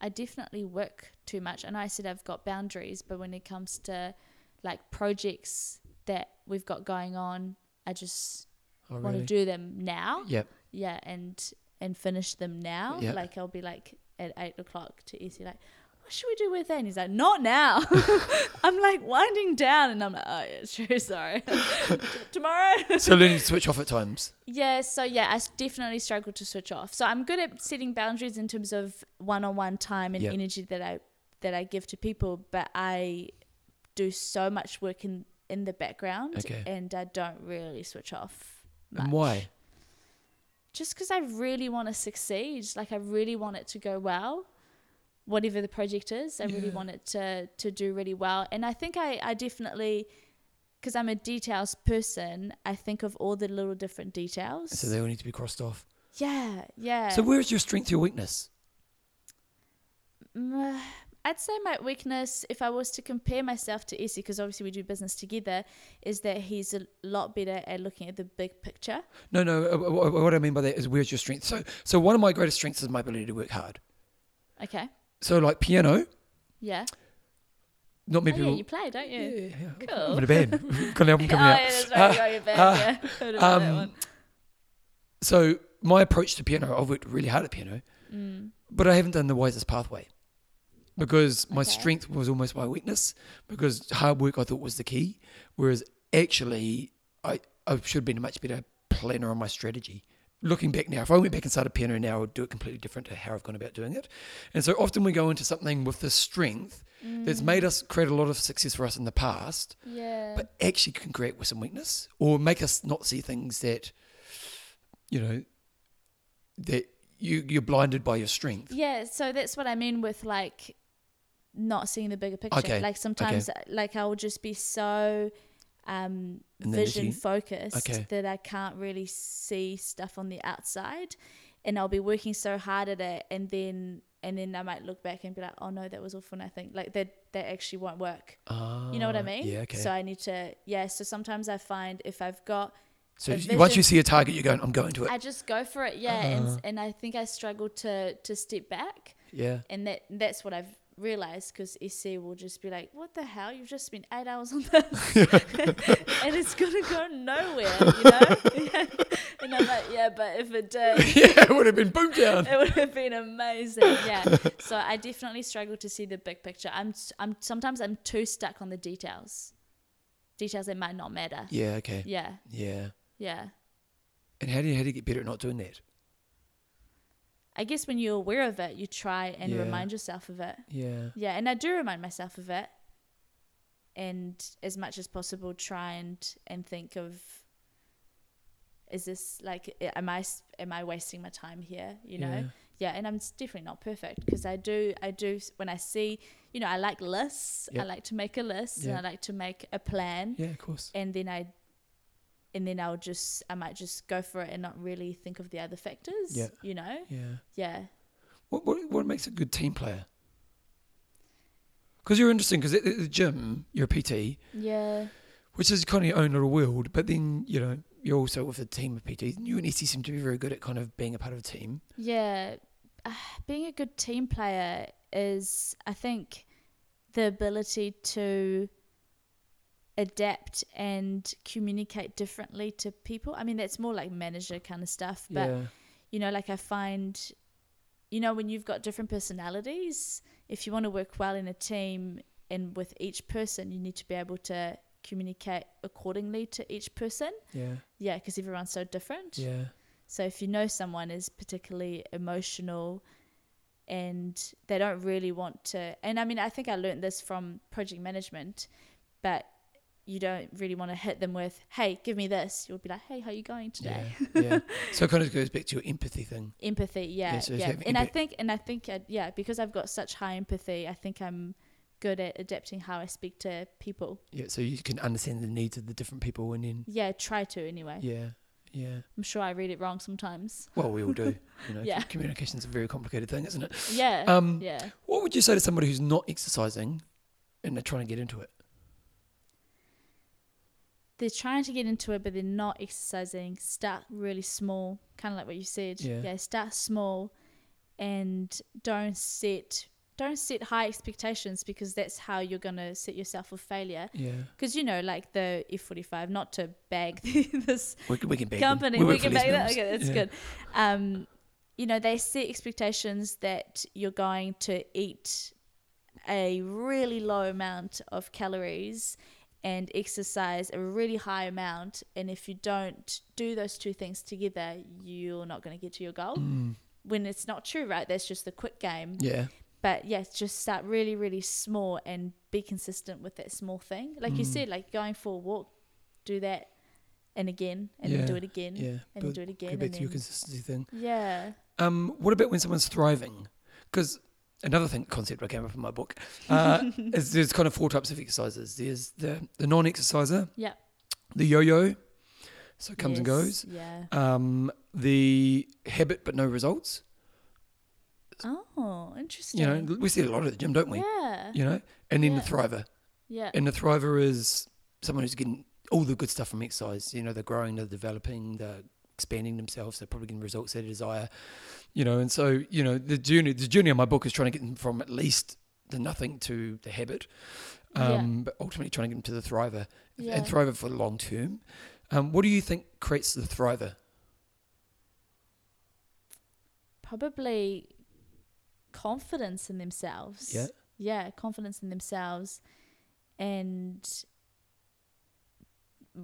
Speaker 2: I definitely work too much, and I said I've got boundaries, but when it comes to like projects that we've got going on, I just
Speaker 1: Oh,
Speaker 2: want
Speaker 1: really?
Speaker 2: to do them now.
Speaker 1: Yep.
Speaker 2: yeah and and finish them now
Speaker 1: Yeah.
Speaker 2: like i'll be like at eight o'clock to Izzy like what should we do with that and he's like not now i'm like winding down and i'm like oh yeah sure sorry tomorrow
Speaker 1: so learning to switch off at times.
Speaker 2: yeah so yeah i s- definitely struggle to switch off so i'm good at setting boundaries in terms of one-on-one time and
Speaker 1: Yeah.
Speaker 2: energy that i that i give to people but i do so much work in in the background
Speaker 1: Okay.
Speaker 2: and i don't really switch off much
Speaker 1: And why?
Speaker 2: just because I really want to succeed. Like I really want it to go well, whatever the project is. I really
Speaker 1: Yeah.
Speaker 2: want it to to do really well. And I think I I definitely because I'm a details person, I think of all the little different details.
Speaker 1: So they all need to be crossed off.
Speaker 2: yeah, yeah.
Speaker 1: So where is your strength, your weakness?
Speaker 2: Mm, I'd say my weakness, if I was to compare myself to Essie, because obviously we do business together, is that he's a lot better at looking at the big picture.
Speaker 1: No, no. uh, wh- wh- What I mean by that is where's your strength? So, so one of my greatest strengths is my ability to work hard.
Speaker 2: Okay.
Speaker 1: So, like piano,
Speaker 2: Yeah.
Speaker 1: not
Speaker 2: Oh,
Speaker 1: many
Speaker 2: yeah,
Speaker 1: people.
Speaker 2: you play, don't you?
Speaker 1: yeah, yeah.
Speaker 2: Cool.
Speaker 1: I'm in a band. We've got an album coming
Speaker 2: oh,
Speaker 1: out.
Speaker 2: yeah, that's
Speaker 1: Uh,
Speaker 2: right. you got your back,
Speaker 1: uh,
Speaker 2: yeah. Heard about that
Speaker 1: um,
Speaker 2: one.
Speaker 1: so my approach to piano, I've worked really hard at piano, but I haven't done the wisest pathway because my
Speaker 2: Okay.
Speaker 1: strength was almost my weakness because hard work I thought was the key, whereas actually I, I should have been a much better planner on my strategy. Looking back now, if I went back and started piano now, I would do it completely different to how I've gone about doing it. And so often we go into something with this strength that's made us create a lot of success for us in the past,
Speaker 2: Yeah.
Speaker 1: but actually can create with some weakness or make us not see things that you know that you you're blinded by your strength
Speaker 2: yeah, so that's what I mean with like not seeing the bigger picture.
Speaker 1: Okay,
Speaker 2: Like sometimes, like I will just be so um,
Speaker 1: And then
Speaker 2: vision
Speaker 1: you-
Speaker 2: focused
Speaker 1: Okay.
Speaker 2: that I can't really see stuff on the outside, and I'll be working so hard at it, and then and then I might look back and be like, oh no, that was all for nothing. Like that that actually won't work. You know what I
Speaker 1: Ah,
Speaker 2: mean?
Speaker 1: Yeah, okay.
Speaker 2: So
Speaker 1: So,
Speaker 2: I need to yeah. So sometimes I find if I've got a
Speaker 1: you- once you
Speaker 2: vision-
Speaker 1: see a target, you're going, I'm going to it.
Speaker 2: I just go for it, yeah,
Speaker 1: Uh-huh.
Speaker 2: and and I think I struggle to to step back
Speaker 1: yeah.
Speaker 2: and that that's what I've realized because EC will just be like, "What the hell? You've just spent eight hours on this, and it's gonna go nowhere," you know. and I'm like, "Yeah, but if it did."
Speaker 1: yeah, it would have been boom down.
Speaker 2: It would have been amazing, yeah. So I definitely struggle to see the big picture. I'm, I'm sometimes I'm too stuck on the details, details that might not matter.
Speaker 1: Yeah, okay.
Speaker 2: Yeah,
Speaker 1: Yeah.
Speaker 2: yeah.
Speaker 1: And how do you how do you get better at not doing that?
Speaker 2: I guess when you're aware of it, you try and
Speaker 1: Yeah.
Speaker 2: remind yourself of it.
Speaker 1: Yeah.
Speaker 2: Yeah, and I do remind myself of it, and as much as possible, try and and think of, is this like, i- am I s- am I wasting my time here? You know,
Speaker 1: Yeah.
Speaker 2: yeah. and I'm s- definitely not perfect because I do I do s- when I see, you know, I like lists.
Speaker 1: Yep.
Speaker 2: I like to make a list and
Speaker 1: Yeah.
Speaker 2: I like to make a plan,
Speaker 1: Yeah, of course.
Speaker 2: and then I. And then I'll just, I might just go for it and not really think of the other factors,
Speaker 1: Yeah.
Speaker 2: you know?
Speaker 1: Yeah.
Speaker 2: Yeah.
Speaker 1: What what, what makes a good team player? Because you're interesting. Because at at the gym, you're a PT,
Speaker 2: Yeah.
Speaker 1: which is kind of your own little world. But then you know you're also with a team of PTs. And You and Essie seem to be very good at kind of being a part of a team.
Speaker 2: Yeah, uh, being a good team player is, I think, the ability to adapt and communicate differently to people. I mean, that's more like manager kind of stuff, but
Speaker 1: yeah.
Speaker 2: you know, like I find, you know, when you've got different personalities, if you want to work well in a team and with each person, you need to be able to communicate accordingly to each person.
Speaker 1: Yeah.
Speaker 2: Yeah, because everyone's so different.
Speaker 1: Yeah.
Speaker 2: So if you know someone is particularly emotional and they don't really want to and I mean I think I learned this from project management, but you don't really want to hit them with, Hey, give me this. You'll be like, Hey, how you going
Speaker 1: Yeah.
Speaker 2: today?
Speaker 1: yeah. So it kind of goes back to your empathy thing.
Speaker 2: Empathy, yeah.
Speaker 1: Yeah,
Speaker 2: Yeah.
Speaker 1: so it's having
Speaker 2: And I
Speaker 1: empa-
Speaker 2: think and I think I, yeah, because I've got such high empathy, I think I'm good at adapting how I speak to people.
Speaker 1: Yeah. So you can understand the needs of the different people, and then
Speaker 2: Yeah, try to anyway.
Speaker 1: yeah, yeah.
Speaker 2: I'm sure I read it wrong sometimes.
Speaker 1: Well, we all do. You know,
Speaker 2: Yeah.
Speaker 1: communication's a very complicated thing, isn't it?
Speaker 2: Yeah.
Speaker 1: Um,
Speaker 2: yeah.
Speaker 1: What would you say to somebody who's not exercising and they're trying to get into it?
Speaker 2: they're trying to get into it, but they're not exercising. Start really small, kind of like what you said.
Speaker 1: Yeah.
Speaker 2: start small, and don't set don't set high expectations because that's how you're gonna set yourself for failure.
Speaker 1: Yeah,
Speaker 2: Because you know, like the F45, not to bag the, this
Speaker 1: we can we can beg them.
Speaker 2: company,
Speaker 1: We
Speaker 2: we
Speaker 1: work for
Speaker 2: can
Speaker 1: these
Speaker 2: bag that.
Speaker 1: films.
Speaker 2: Okay, that's
Speaker 1: Yeah.
Speaker 2: good. Um, you know, they set expectations that you're going to eat a really low amount of calories and exercise a really high amount and if you don't do those two things together you're not going to get to your goal
Speaker 1: Mm.
Speaker 2: when it's not true right that's just the quick game
Speaker 1: Yeah,
Speaker 2: but yeah just start really really small and be consistent with that small thing like
Speaker 1: Mm.
Speaker 2: you said like going for a walk do that and again and
Speaker 1: Yeah,
Speaker 2: then do it again
Speaker 1: yeah.
Speaker 2: and then
Speaker 1: Build-
Speaker 2: do it
Speaker 1: go
Speaker 2: again
Speaker 1: back
Speaker 2: and
Speaker 1: to your
Speaker 2: then,
Speaker 1: consistency thing.
Speaker 2: yeah
Speaker 1: Um, what about when someone's thriving? Because another thing concept I came up in my book uh, is there's kind of four types of exercises. There's the the non-exerciser,
Speaker 2: yeah
Speaker 1: the yo-yo, so it comes and
Speaker 2: Yes,
Speaker 1: goes.
Speaker 2: yeah
Speaker 1: Um, the habit but no results.
Speaker 2: oh interesting
Speaker 1: You know, we see it a lot at the gym, don't we?
Speaker 2: yeah
Speaker 1: You know, and then the
Speaker 2: Yeah.
Speaker 1: thriver.
Speaker 2: yeah
Speaker 1: And the thriver is someone who's getting all the good stuff from exercise. You know, they're growing, they're developing, they're expanding themselves. They're probably getting results they desire. You know, and so you know the journey. The journey of my book is trying to get them from at least the nothing to the habit, um, but ultimately trying to get them to the thriver
Speaker 2: Yeah.
Speaker 1: and thriver for the long term. Um, what do you think creates the thriver?
Speaker 2: probably confidence in themselves.
Speaker 1: Yeah.
Speaker 2: Yeah, confidence in themselves and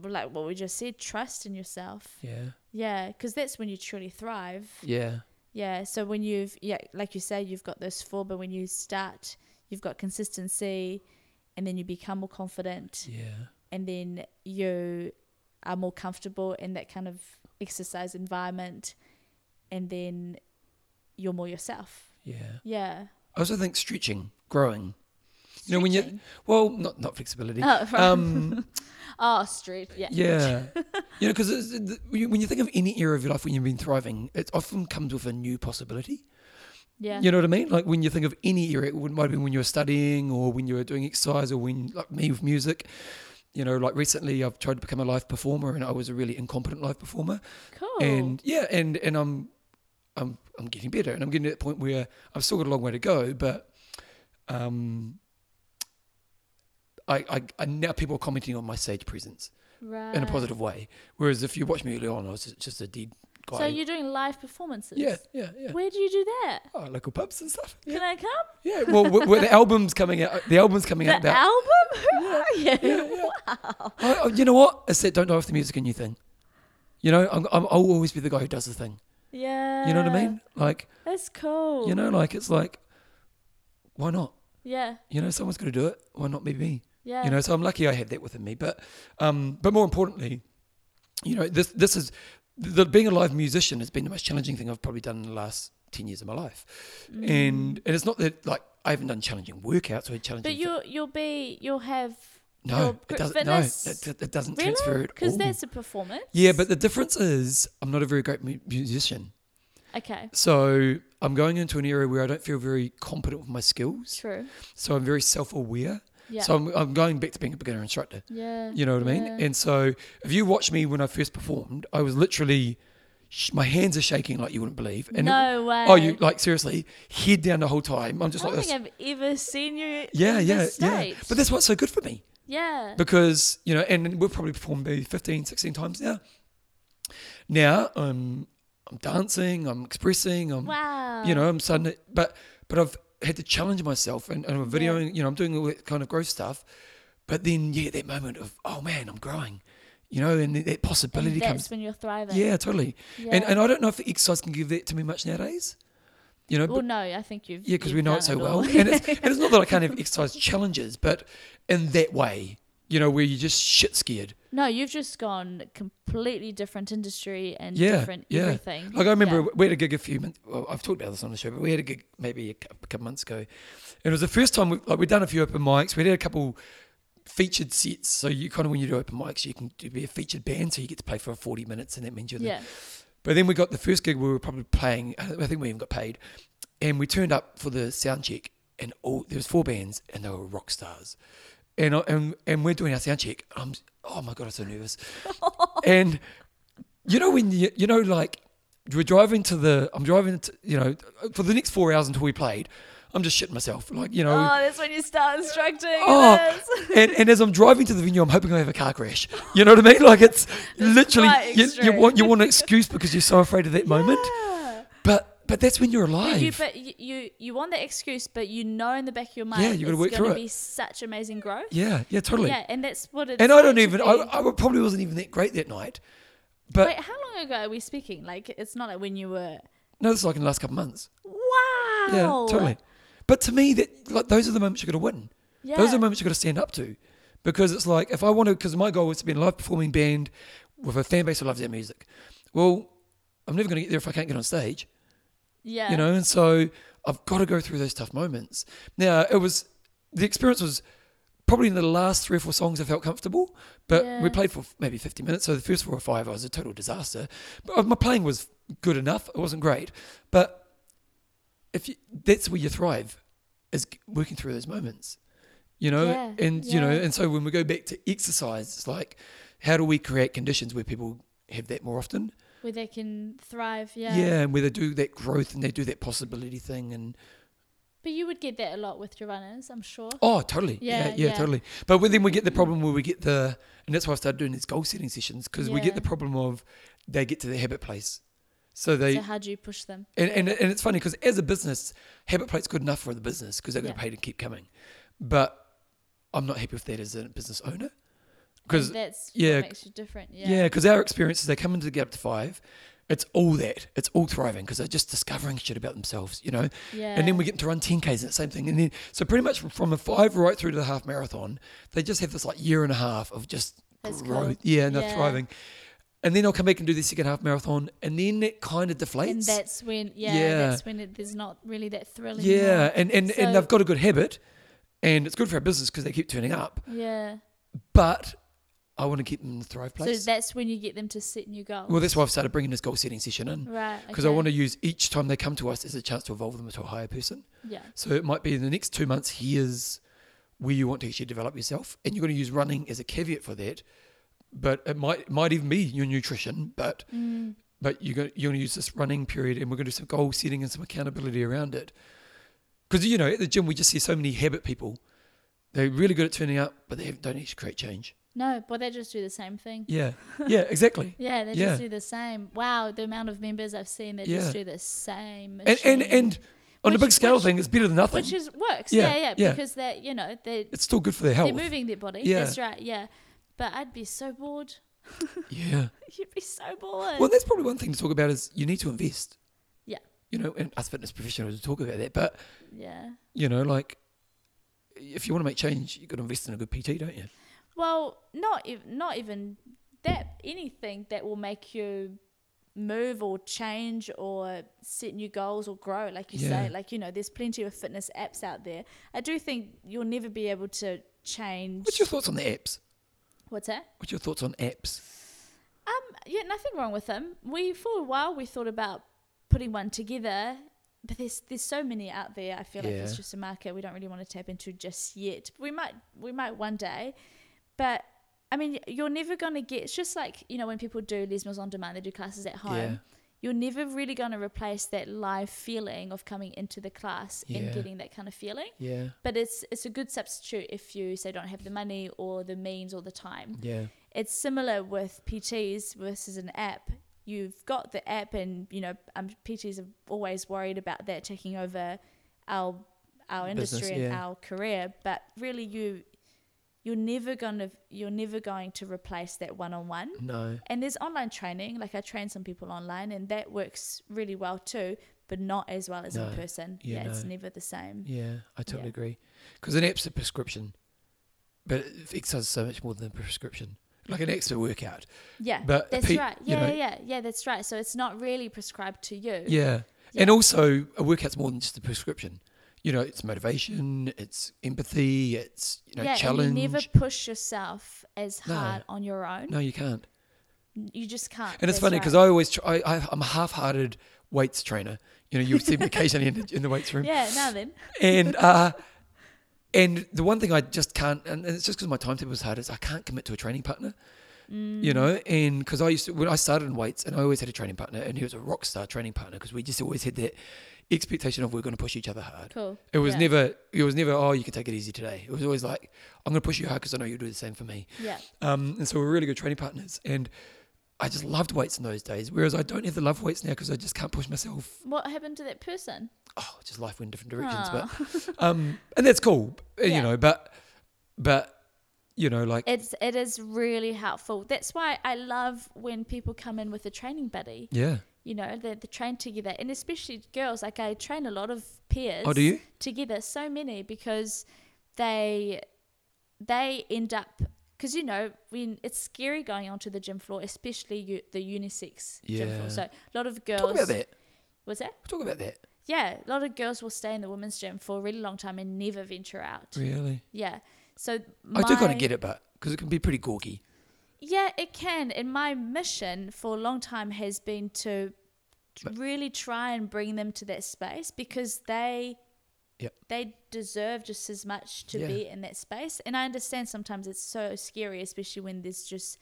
Speaker 2: like what we just said, trust in yourself.
Speaker 1: Yeah,
Speaker 2: Yeah, because that's when you truly thrive.
Speaker 1: yeah,
Speaker 2: Yeah, so when you've, yeah, like you say, you've got those four, but when you start, you've got consistency and then you become more confident
Speaker 1: yeah,
Speaker 2: and then you are more comfortable in that kind of exercise environment and then you're more yourself
Speaker 1: yeah.
Speaker 2: yeah
Speaker 1: I also think stretching, growing, You know, when you
Speaker 2: Stretching.
Speaker 1: well, not not flexibility.
Speaker 2: Oh, right.
Speaker 1: Um,
Speaker 2: Oh, street. Yeah.
Speaker 1: yeah, you know, because when you think of any area of your life when you've been thriving, it often comes with a new possibility.
Speaker 2: Yeah.
Speaker 1: You know what I mean? Like when you think of any area, it would- might have been when you were studying or when you were doing exercise or when, like me with music. You know, like recently I've tried to become a live performer and I was a really incompetent live performer.
Speaker 2: Cool.
Speaker 1: And yeah, and and I'm I'm I'm getting better and I'm getting to that point where I've still got a long way to go, but um I, I, I now people are commenting on my stage presence
Speaker 2: right.
Speaker 1: in a positive way. Whereas if you watch me early on, I was just, just a dead guy.
Speaker 2: So you're doing live performances.
Speaker 1: yeah, yeah, yeah.
Speaker 2: Where do you do that?
Speaker 1: Oh, local pubs and stuff. Yeah.
Speaker 2: Can I come?
Speaker 1: Yeah, well, w- w- the album's coming out. The album's coming out.
Speaker 2: the
Speaker 1: That,
Speaker 2: album? Who are you?
Speaker 1: I, I- you know what? I said, don't know if the music a new thing. You know, I'm, I'm, I'll always be the guy who does the thing.
Speaker 2: Yeah.
Speaker 1: You know what I mean? Like,
Speaker 2: That's Uh, cool.
Speaker 1: you know, like it's like, why not?
Speaker 2: Yeah.
Speaker 1: You know, someone's going to do it. Why not be me?
Speaker 2: Yeah.
Speaker 1: You know, so I'm lucky I had that within me. But, um, but more importantly, you know, this this is the being a live musician has been the most challenging thing I've probably done in the last ten years of my life. And and it's not that like I haven't done challenging workouts or challenging.
Speaker 2: Mm. But
Speaker 1: thi-
Speaker 2: you'll you'll be you'll have your
Speaker 1: No, it
Speaker 2: group
Speaker 1: doesn't.
Speaker 2: fitness.
Speaker 1: No, it, it- it doesn't
Speaker 2: really
Speaker 1: transfer at all.
Speaker 2: because that's a performance.
Speaker 1: Oh. yeah, but the difference is I'm not a very great mu- musician,
Speaker 2: okay,
Speaker 1: so I'm going into an area where I don't feel very competent with my skills.
Speaker 2: true.
Speaker 1: So I'm very self-aware.
Speaker 2: Yeah.
Speaker 1: So I'm, I'm going back to being a beginner instructor.
Speaker 2: yeah.
Speaker 1: You know what I mean?
Speaker 2: yeah.
Speaker 1: And so if you watch me when I first performed, I was literally sh- my hands are shaking like you wouldn't believe. And it-
Speaker 2: no way.
Speaker 1: oh, you like seriously head down the whole time? I'm
Speaker 2: I
Speaker 1: just
Speaker 2: don't
Speaker 1: like this.
Speaker 2: think I've ever seen you.
Speaker 1: yeah,
Speaker 2: in
Speaker 1: yeah,
Speaker 2: this
Speaker 1: yeah.
Speaker 2: state.
Speaker 1: But that's what's so good for me
Speaker 2: yeah.
Speaker 1: because you know and we've probably performed maybe 15 16 times now now i'm i'm dancing i'm expressing i'm
Speaker 2: wow.
Speaker 1: you know i'm starting to, but but i've had to challenge myself and, and i'm
Speaker 2: Yeah.
Speaker 1: videoing you know i'm doing all that kind of growth stuff but then yeah that moment of oh man i'm growing you know and that- that
Speaker 2: And
Speaker 1: possibility
Speaker 2: that's
Speaker 1: comes
Speaker 2: when you're thriving.
Speaker 1: yeah totally and
Speaker 2: Yeah.
Speaker 1: and i don't know if exercise can give that to me much nowadays you know
Speaker 2: Well, no, I think you've.
Speaker 1: yeah, because
Speaker 2: you've
Speaker 1: we know
Speaker 2: done
Speaker 1: it so well.
Speaker 2: all.
Speaker 1: and, it's, and it's not that I can't have exercise challenges, but in that way, you know, where you're just shit scared.
Speaker 2: no, you've just gone completely different industry and
Speaker 1: Yeah,
Speaker 2: different
Speaker 1: yeah.
Speaker 2: everything.
Speaker 1: Like I remember
Speaker 2: Yeah.
Speaker 1: we had a gig a few months. Well, I've talked about this on the show, but we had a gig maybe a cou- a couple months ago, and it was the first time we, like we'd done a few open mics. We did a couple featured sets, so you kind of when you do open mics, you can do, be a featured band, so you get to play for 40 minutes, and that means you're the
Speaker 2: Yeah.
Speaker 1: But then we got the first gig we were probably playing. I think we even got paid, and we turned up for the sound check, and all there was four bands, and they were rock stars, and I- and and we're doing our sound check. I'm oh my god, I'm so nervous, and you know when you, you know like we're driving to the I'm driving to, you know for the next four hours until we played, I'm just shitting myself like you know.
Speaker 2: Oh, that's when you start instructing.
Speaker 1: Oh,
Speaker 2: that's-
Speaker 1: and, and as I'm driving to the venue, I'm hoping I have a car crash. You know what I mean? Like it's literally
Speaker 2: quite
Speaker 1: you, you
Speaker 2: extreme.
Speaker 1: want you want an excuse because you're so afraid of that moment.
Speaker 2: Yeah.
Speaker 1: But but that's when you're
Speaker 2: But
Speaker 1: alive.
Speaker 2: you, but you, you, you want the excuse, but you know in the back of your mind,
Speaker 1: Yeah, you gotta
Speaker 2: it's
Speaker 1: work
Speaker 2: gonna
Speaker 1: through it.
Speaker 2: be such amazing growth.
Speaker 1: yeah, yeah, totally.
Speaker 2: Yeah, and that's what it's.
Speaker 1: and I don't
Speaker 2: meant to
Speaker 1: even. I,
Speaker 2: be.
Speaker 1: I probably wasn't even that great that night. But
Speaker 2: Wait, how long ago are we speaking? Like, it's not like when you were.
Speaker 1: no, this is like in the last couple months.
Speaker 2: Wow.
Speaker 1: Yeah, totally. But to me, that like those are the moments you're gonna win. Those are
Speaker 2: Yeah.
Speaker 1: the moments you've got to stand up to, because it's like if I want to, because my goal is to be a live performing band with a fan base who loves their music. Well, I'm never gonna get there if I can't get on stage.
Speaker 2: Yeah.
Speaker 1: you know and so i've got to go through those tough moments now it was the experience was probably in the last three or four songs i felt comfortable but
Speaker 2: Yeah.
Speaker 1: we played for maybe 50 minutes so the first four or five i was a total disaster but uh, my playing was good enough it wasn't great but if you, that's where you thrive is working through those moments you know
Speaker 2: Yeah,
Speaker 1: and you know
Speaker 2: yeah.
Speaker 1: and so when we go back to exercise it's like how do we create conditions where people have that more often
Speaker 2: Where they can thrive. Yeah.
Speaker 1: yeah, and where they do that growth and they do that possibility thing and
Speaker 2: But you would get that a lot with your runners, I'm sure.
Speaker 1: Oh, totally. Yeah,
Speaker 2: Yeah,
Speaker 1: yeah,
Speaker 2: yeah.
Speaker 1: totally. But then we get the problem where we get the, and that's why I started doing these goal setting sessions because we get
Speaker 2: Yeah.
Speaker 1: the problem of they get to their habit place. So they,
Speaker 2: So how do you push them?
Speaker 1: and, and, and it's funny because as a business, habit plate's good enough for the business because they're going to
Speaker 2: Yeah.
Speaker 1: pay to keep coming. But I'm not happy with that as a business owner because,
Speaker 2: And that's
Speaker 1: yeah.
Speaker 2: what makes you different. Yeah.
Speaker 1: yeah, because our experiences, they come into the get up to five. It's all that. It's all thriving because they're just discovering shit about themselves, you know?
Speaker 2: Yeah.
Speaker 1: And then we get them to run 10Ks and the same thing. And then, so pretty much from a five right through to the half marathon, they just have this like year and a half of just
Speaker 2: That's
Speaker 1: growth.
Speaker 2: cool.
Speaker 1: Yeah, and they're
Speaker 2: Yeah.
Speaker 1: thriving. And then they'll come back and do their second half marathon. And then it kind of deflates.
Speaker 2: And that's when, yeah,
Speaker 1: Yeah.
Speaker 2: that's when it, there's not really that thrill.
Speaker 1: yeah.
Speaker 2: anymore.
Speaker 1: And, and,
Speaker 2: So-
Speaker 1: and they've got a good habit. and it's good for our business because they keep turning up.
Speaker 2: Yeah.
Speaker 1: But I want to keep them in the Thrive place.
Speaker 2: So that's when you get them to set new goals.
Speaker 1: well, that's why I've started bringing this goal setting session in
Speaker 2: right.
Speaker 1: because I
Speaker 2: okay.
Speaker 1: want to use each time they come to us as a chance to evolve them into a higher person.
Speaker 2: Yeah.
Speaker 1: So it might be in the next two months, here's where you want to actually develop yourself. And you're going to use running as a caveat for that. But it might it might even be your nutrition, but
Speaker 2: Mm.
Speaker 1: but you're going, you're going to use this running period and we're going to do some goal setting and some accountability around it. Because, you know, at the gym, we just see so many habit people. They're really good at turning up, but they don't actually create change.
Speaker 2: No, but they just do the same thing.
Speaker 1: Yeah. Yeah, exactly.
Speaker 2: Yeah, they
Speaker 1: Yeah.
Speaker 2: just do the same. Wow, the amount of members I've seen that
Speaker 1: Yeah.
Speaker 2: just do the same.
Speaker 1: and, and,
Speaker 2: machine.
Speaker 1: and on
Speaker 2: Which-
Speaker 1: the big scale
Speaker 2: which-
Speaker 1: thing, it's better than nothing.
Speaker 2: which is works.
Speaker 1: Yeah,
Speaker 2: Yeah, yeah,
Speaker 1: yeah.
Speaker 2: because they're you know they
Speaker 1: it's still good for their
Speaker 2: they're
Speaker 1: health.
Speaker 2: moving their body.
Speaker 1: Yeah.
Speaker 2: That's right. Yeah, but I'd be so bored.
Speaker 1: Yeah.
Speaker 2: You'd be so bored.
Speaker 1: Well, that's probably one thing to talk about is you need to invest.
Speaker 2: Yeah.
Speaker 1: You know, and us fitness professionals talk about that, but
Speaker 2: yeah.
Speaker 1: you know, like if you want to make change, you've got to invest in a good PT, don't you?
Speaker 2: Well, not ev- not even that anything that will make you move or change or set new goals or grow like you
Speaker 1: Yeah.
Speaker 2: say like you know there's plenty of fitness apps out there i do think you'll never be able to change
Speaker 1: What's your thoughts on the apps?
Speaker 2: what's that
Speaker 1: What's your thoughts on apps?
Speaker 2: Um, yeah, nothing wrong with them. We for a while we thought about putting one together, but there's there's so many out there. I feel like
Speaker 1: Yeah.
Speaker 2: it's just a market we don't really want to tap into just yet. We might we might one day, but I mean you're never gonna get. It's just like you know when people do Les Mills on demand, they do classes at home.
Speaker 1: Yeah.
Speaker 2: You're never really gonna replace that live feeling of coming into the class
Speaker 1: Yeah.
Speaker 2: and getting that kind of feeling.
Speaker 1: Yeah.
Speaker 2: But it's it's a good substitute if you say don't have the money or the means or the time
Speaker 1: Yeah.
Speaker 2: it's similar with PTs versus an app. You've got the app, and you know um, PTs are always worried about that taking over our our
Speaker 1: Business,
Speaker 2: industry and
Speaker 1: yeah.
Speaker 2: our career. But really, you you're never gonna you're never going to replace that one on one.
Speaker 1: No.
Speaker 2: And there's online training. Like I train some people online, and that works really well too, but not as well as
Speaker 1: No.
Speaker 2: in person.
Speaker 1: Yeah,
Speaker 2: Yeah, it's
Speaker 1: no.
Speaker 2: never the same.
Speaker 1: Yeah, I totally
Speaker 2: Yeah.
Speaker 1: agree. Because an app's a prescription, but exercise is so much more than a prescription. Like an extra workout.
Speaker 2: Yeah,
Speaker 1: But
Speaker 2: that's
Speaker 1: pe-
Speaker 2: right.
Speaker 1: you
Speaker 2: Yeah,
Speaker 1: know-
Speaker 2: yeah, yeah, yeah, that's right. So it's not really prescribed to you.
Speaker 1: Yeah.
Speaker 2: Yeah.
Speaker 1: And also, a workout's more than just a prescription. You know, it's motivation, it's empathy, it's, you know, challenge.
Speaker 2: And you never push yourself as
Speaker 1: No.
Speaker 2: hard on your own.
Speaker 1: no, you can't.
Speaker 2: You just can't.
Speaker 1: And it's funny because I always try, I, I, I'm a half-hearted weights trainer. You know, you see me occasionally in, the- in the weights room,
Speaker 2: Yeah, now then.
Speaker 1: and uh, and the one thing I just can't, and and it's just because my timetable is hard, is I can't commit to a training partner.
Speaker 2: Mm.
Speaker 1: You know, and because I used to when I started in weights, and I always had a training partner, and he was a rock star training partner because we just always had that expectation of we're going to push each other hard.
Speaker 2: Cool.
Speaker 1: It was
Speaker 2: yeah.
Speaker 1: never, it was never, oh, you can take it easy today. It was always like, I'm going to push you hard because I know you'll do the same for me.
Speaker 2: Yeah.
Speaker 1: Um, and so we're really good training partners. And I just loved weights in those days, whereas I don't have the love weights now because I just can't push myself.
Speaker 2: What happened to that person?
Speaker 1: Oh, just life went in different directions.
Speaker 2: Aw.
Speaker 1: But um, and that's cool, uh, you
Speaker 2: Yeah.
Speaker 1: know. But but you know, like
Speaker 2: It's it is really helpful. That's why I love when people come in with a training buddy.
Speaker 1: yeah.
Speaker 2: You know, they they train together, and especially girls. Like I train a lot of peers.
Speaker 1: Oh, do you?
Speaker 2: together so many because they they end up because you know when it's scary going onto the gym floor especially you, the unisex gym
Speaker 1: Yeah.
Speaker 2: floor so a lot of girls
Speaker 1: Talk about that.
Speaker 2: was that
Speaker 1: Talk about that.
Speaker 2: yeah a lot of girls will stay in the women's gym for a really long time and never venture out
Speaker 1: Really,
Speaker 2: yeah so
Speaker 1: I do kind
Speaker 2: my-
Speaker 1: of get it, but because it can be pretty gawky.
Speaker 2: yeah it can and my mission for a long time has been to
Speaker 1: But-
Speaker 2: really try and bring them to that space because they
Speaker 1: Yep.
Speaker 2: they deserve just as much to
Speaker 1: Yeah.
Speaker 2: be in that space. And I understand sometimes it's so scary, especially when there's just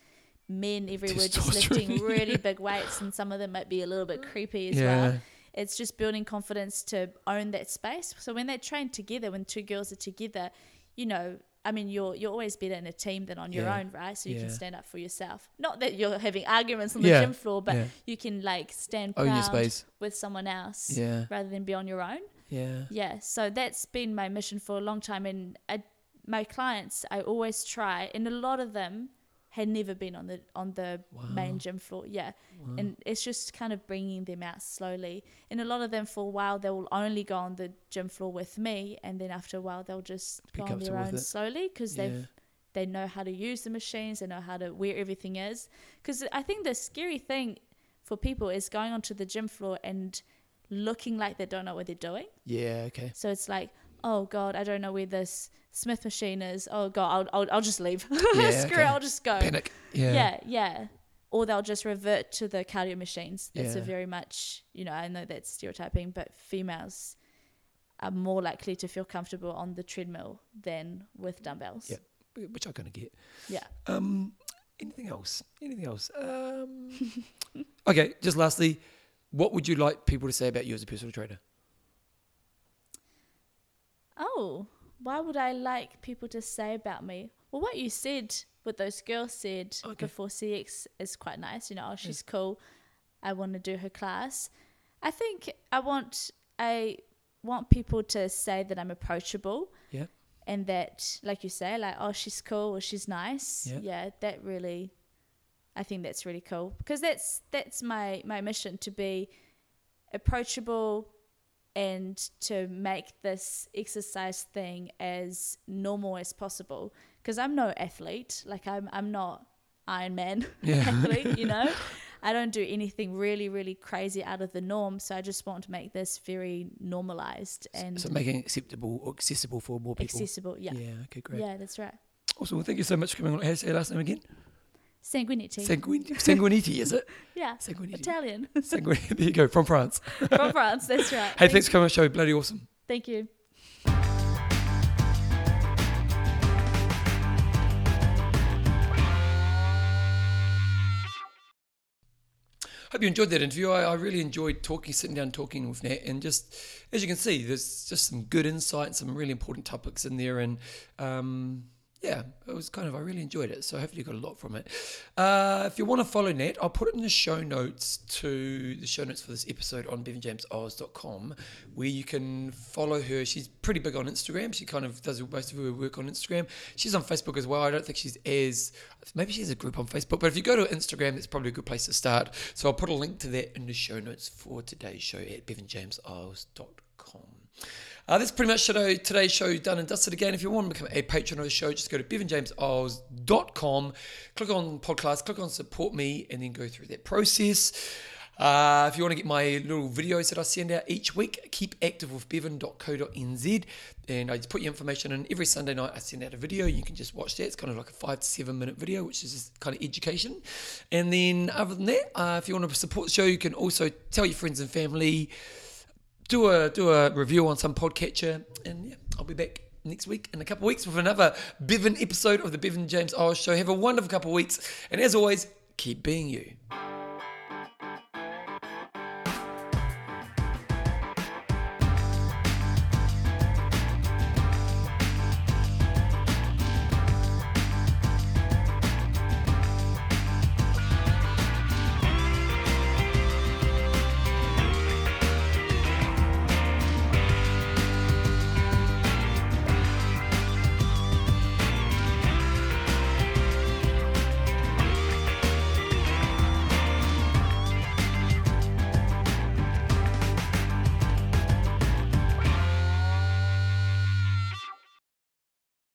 Speaker 2: men everywhere just
Speaker 1: Testosterone,
Speaker 2: lifting really big weights, and some of them might be a little bit creepy as
Speaker 1: Yeah.
Speaker 2: well. It's just building confidence to own that space. So when they train together, when two girls are together, you know. I mean, you're you're always better in a team than on your
Speaker 1: Yeah.
Speaker 2: own, right? So you
Speaker 1: Yeah.
Speaker 2: can stand up for yourself. Not that you're having arguments on the
Speaker 1: Yeah.
Speaker 2: gym floor, but
Speaker 1: Yeah.
Speaker 2: you can like stand
Speaker 1: Own
Speaker 2: proud
Speaker 1: your space.
Speaker 2: with someone else
Speaker 1: Yeah,
Speaker 2: rather than be on your own.
Speaker 1: yeah,
Speaker 2: Yeah, so that's been my mission for a long time, and I, my clients, I always try, and a lot of them had never been on the on the main gym floor. Yeah, and it's just kind of bringing them out slowly, and a lot of them for a while they will only go on the gym floor with me, and then after a while they'll just
Speaker 1: Be
Speaker 2: go on
Speaker 1: comfortable
Speaker 2: their
Speaker 1: with
Speaker 2: own
Speaker 1: it.
Speaker 2: slowly because
Speaker 1: yeah.
Speaker 2: they've they know how to use the machines they know how to where everything is because i think the scary thing for people is going onto the gym floor and looking like they don't know what they're doing
Speaker 1: Yeah, okay.
Speaker 2: so it's like oh god i don't know where this Smith machine is, oh god, I'll I'll, I'll just leave.
Speaker 1: Yeah,
Speaker 2: Screw
Speaker 1: okay.
Speaker 2: it, I'll just go.
Speaker 1: Panic. Yeah.
Speaker 2: Yeah, yeah. Or they'll just revert to the cardio machines. That's a
Speaker 1: Yeah.
Speaker 2: very much, you know, I know that's stereotyping, but females are more likely to feel comfortable on the treadmill than with dumbbells.
Speaker 1: Yeah. Which I kind of get.
Speaker 2: Yeah.
Speaker 1: Um, anything else? Anything else? Um, okay, just lastly, what would you like people to say about you as a personal trainer?
Speaker 2: Oh, why would I like people to say about me? Well, what you said, what those girls said
Speaker 1: Okay.
Speaker 2: before CX is quite nice. You know, oh, she's cool. I want to do her class. I think I want I want people to say that I'm approachable.
Speaker 1: Yeah.
Speaker 2: And that, like you say, like oh, she's cool or she's nice.
Speaker 1: Yeah.
Speaker 2: yeah that really I think that's really cool because that's that's my my mission to be approachable and to make this exercise thing as normal as possible because I'm no athlete like I'm I'm not Iron Man
Speaker 1: Yeah.
Speaker 2: athlete you know I don't do anything really really crazy out of the norm so I just want to make this very normalized and
Speaker 1: So making it acceptable or accessible for more people.
Speaker 2: accessible yeah yeah,
Speaker 1: okay, great.
Speaker 2: that's right
Speaker 1: Awesome. Well, thank you so much for coming on. How do you say your last name again?
Speaker 2: sanguinity
Speaker 1: Sanguin- Sanguinity, is it?
Speaker 2: yeah
Speaker 1: Sanguinity.
Speaker 2: Italian
Speaker 1: Sanguinity. There you go, from France.
Speaker 2: from France that's right
Speaker 1: Hey, thanks for coming on the show. Bloody awesome.
Speaker 2: thank you
Speaker 1: Hope you enjoyed that interview. I, I really enjoyed talking, sitting down, talking with Nat, and just as you can see, there's just some good insights, some really important topics in there, and um, yeah, it was kind of I really enjoyed it. So hopefully you got a lot from it. Uh, if you want to follow Nat, I'll put it in the show notes to the show notes for this episode on bevanjamesoz.com, where you can follow her. She's pretty big on Instagram. She kind of does most of her work on Instagram. She's on Facebook as well. I don't think she's as maybe she has a group on Facebook, but if you go to Instagram, it's probably a good place to start. So I'll put a link to that in the show notes for today's show at bevanjamesisles.com. Uh, that's pretty much today, today's show done and dusted again. If you want to become a patron of the show, just go to bevanjamesisles.com, click on podcast, click on support me, and then go through that process. Uh, if you want to get my little videos that I send out each week, keep active with bevan.co.nz. And I just put your information in every Sunday night. I send out a video. You can just watch that. It's kind of like a five to seven minute video, which is just kind of education. And then, other than that, uh, if you want to support the show, you can also tell your friends and family, do a do a review on some podcatcher, and yeah, I'll be back next week in a couple of weeks with another Bevan episode of the Bevan James Isles Show. Have a wonderful couple of weeks, and as always, keep being you.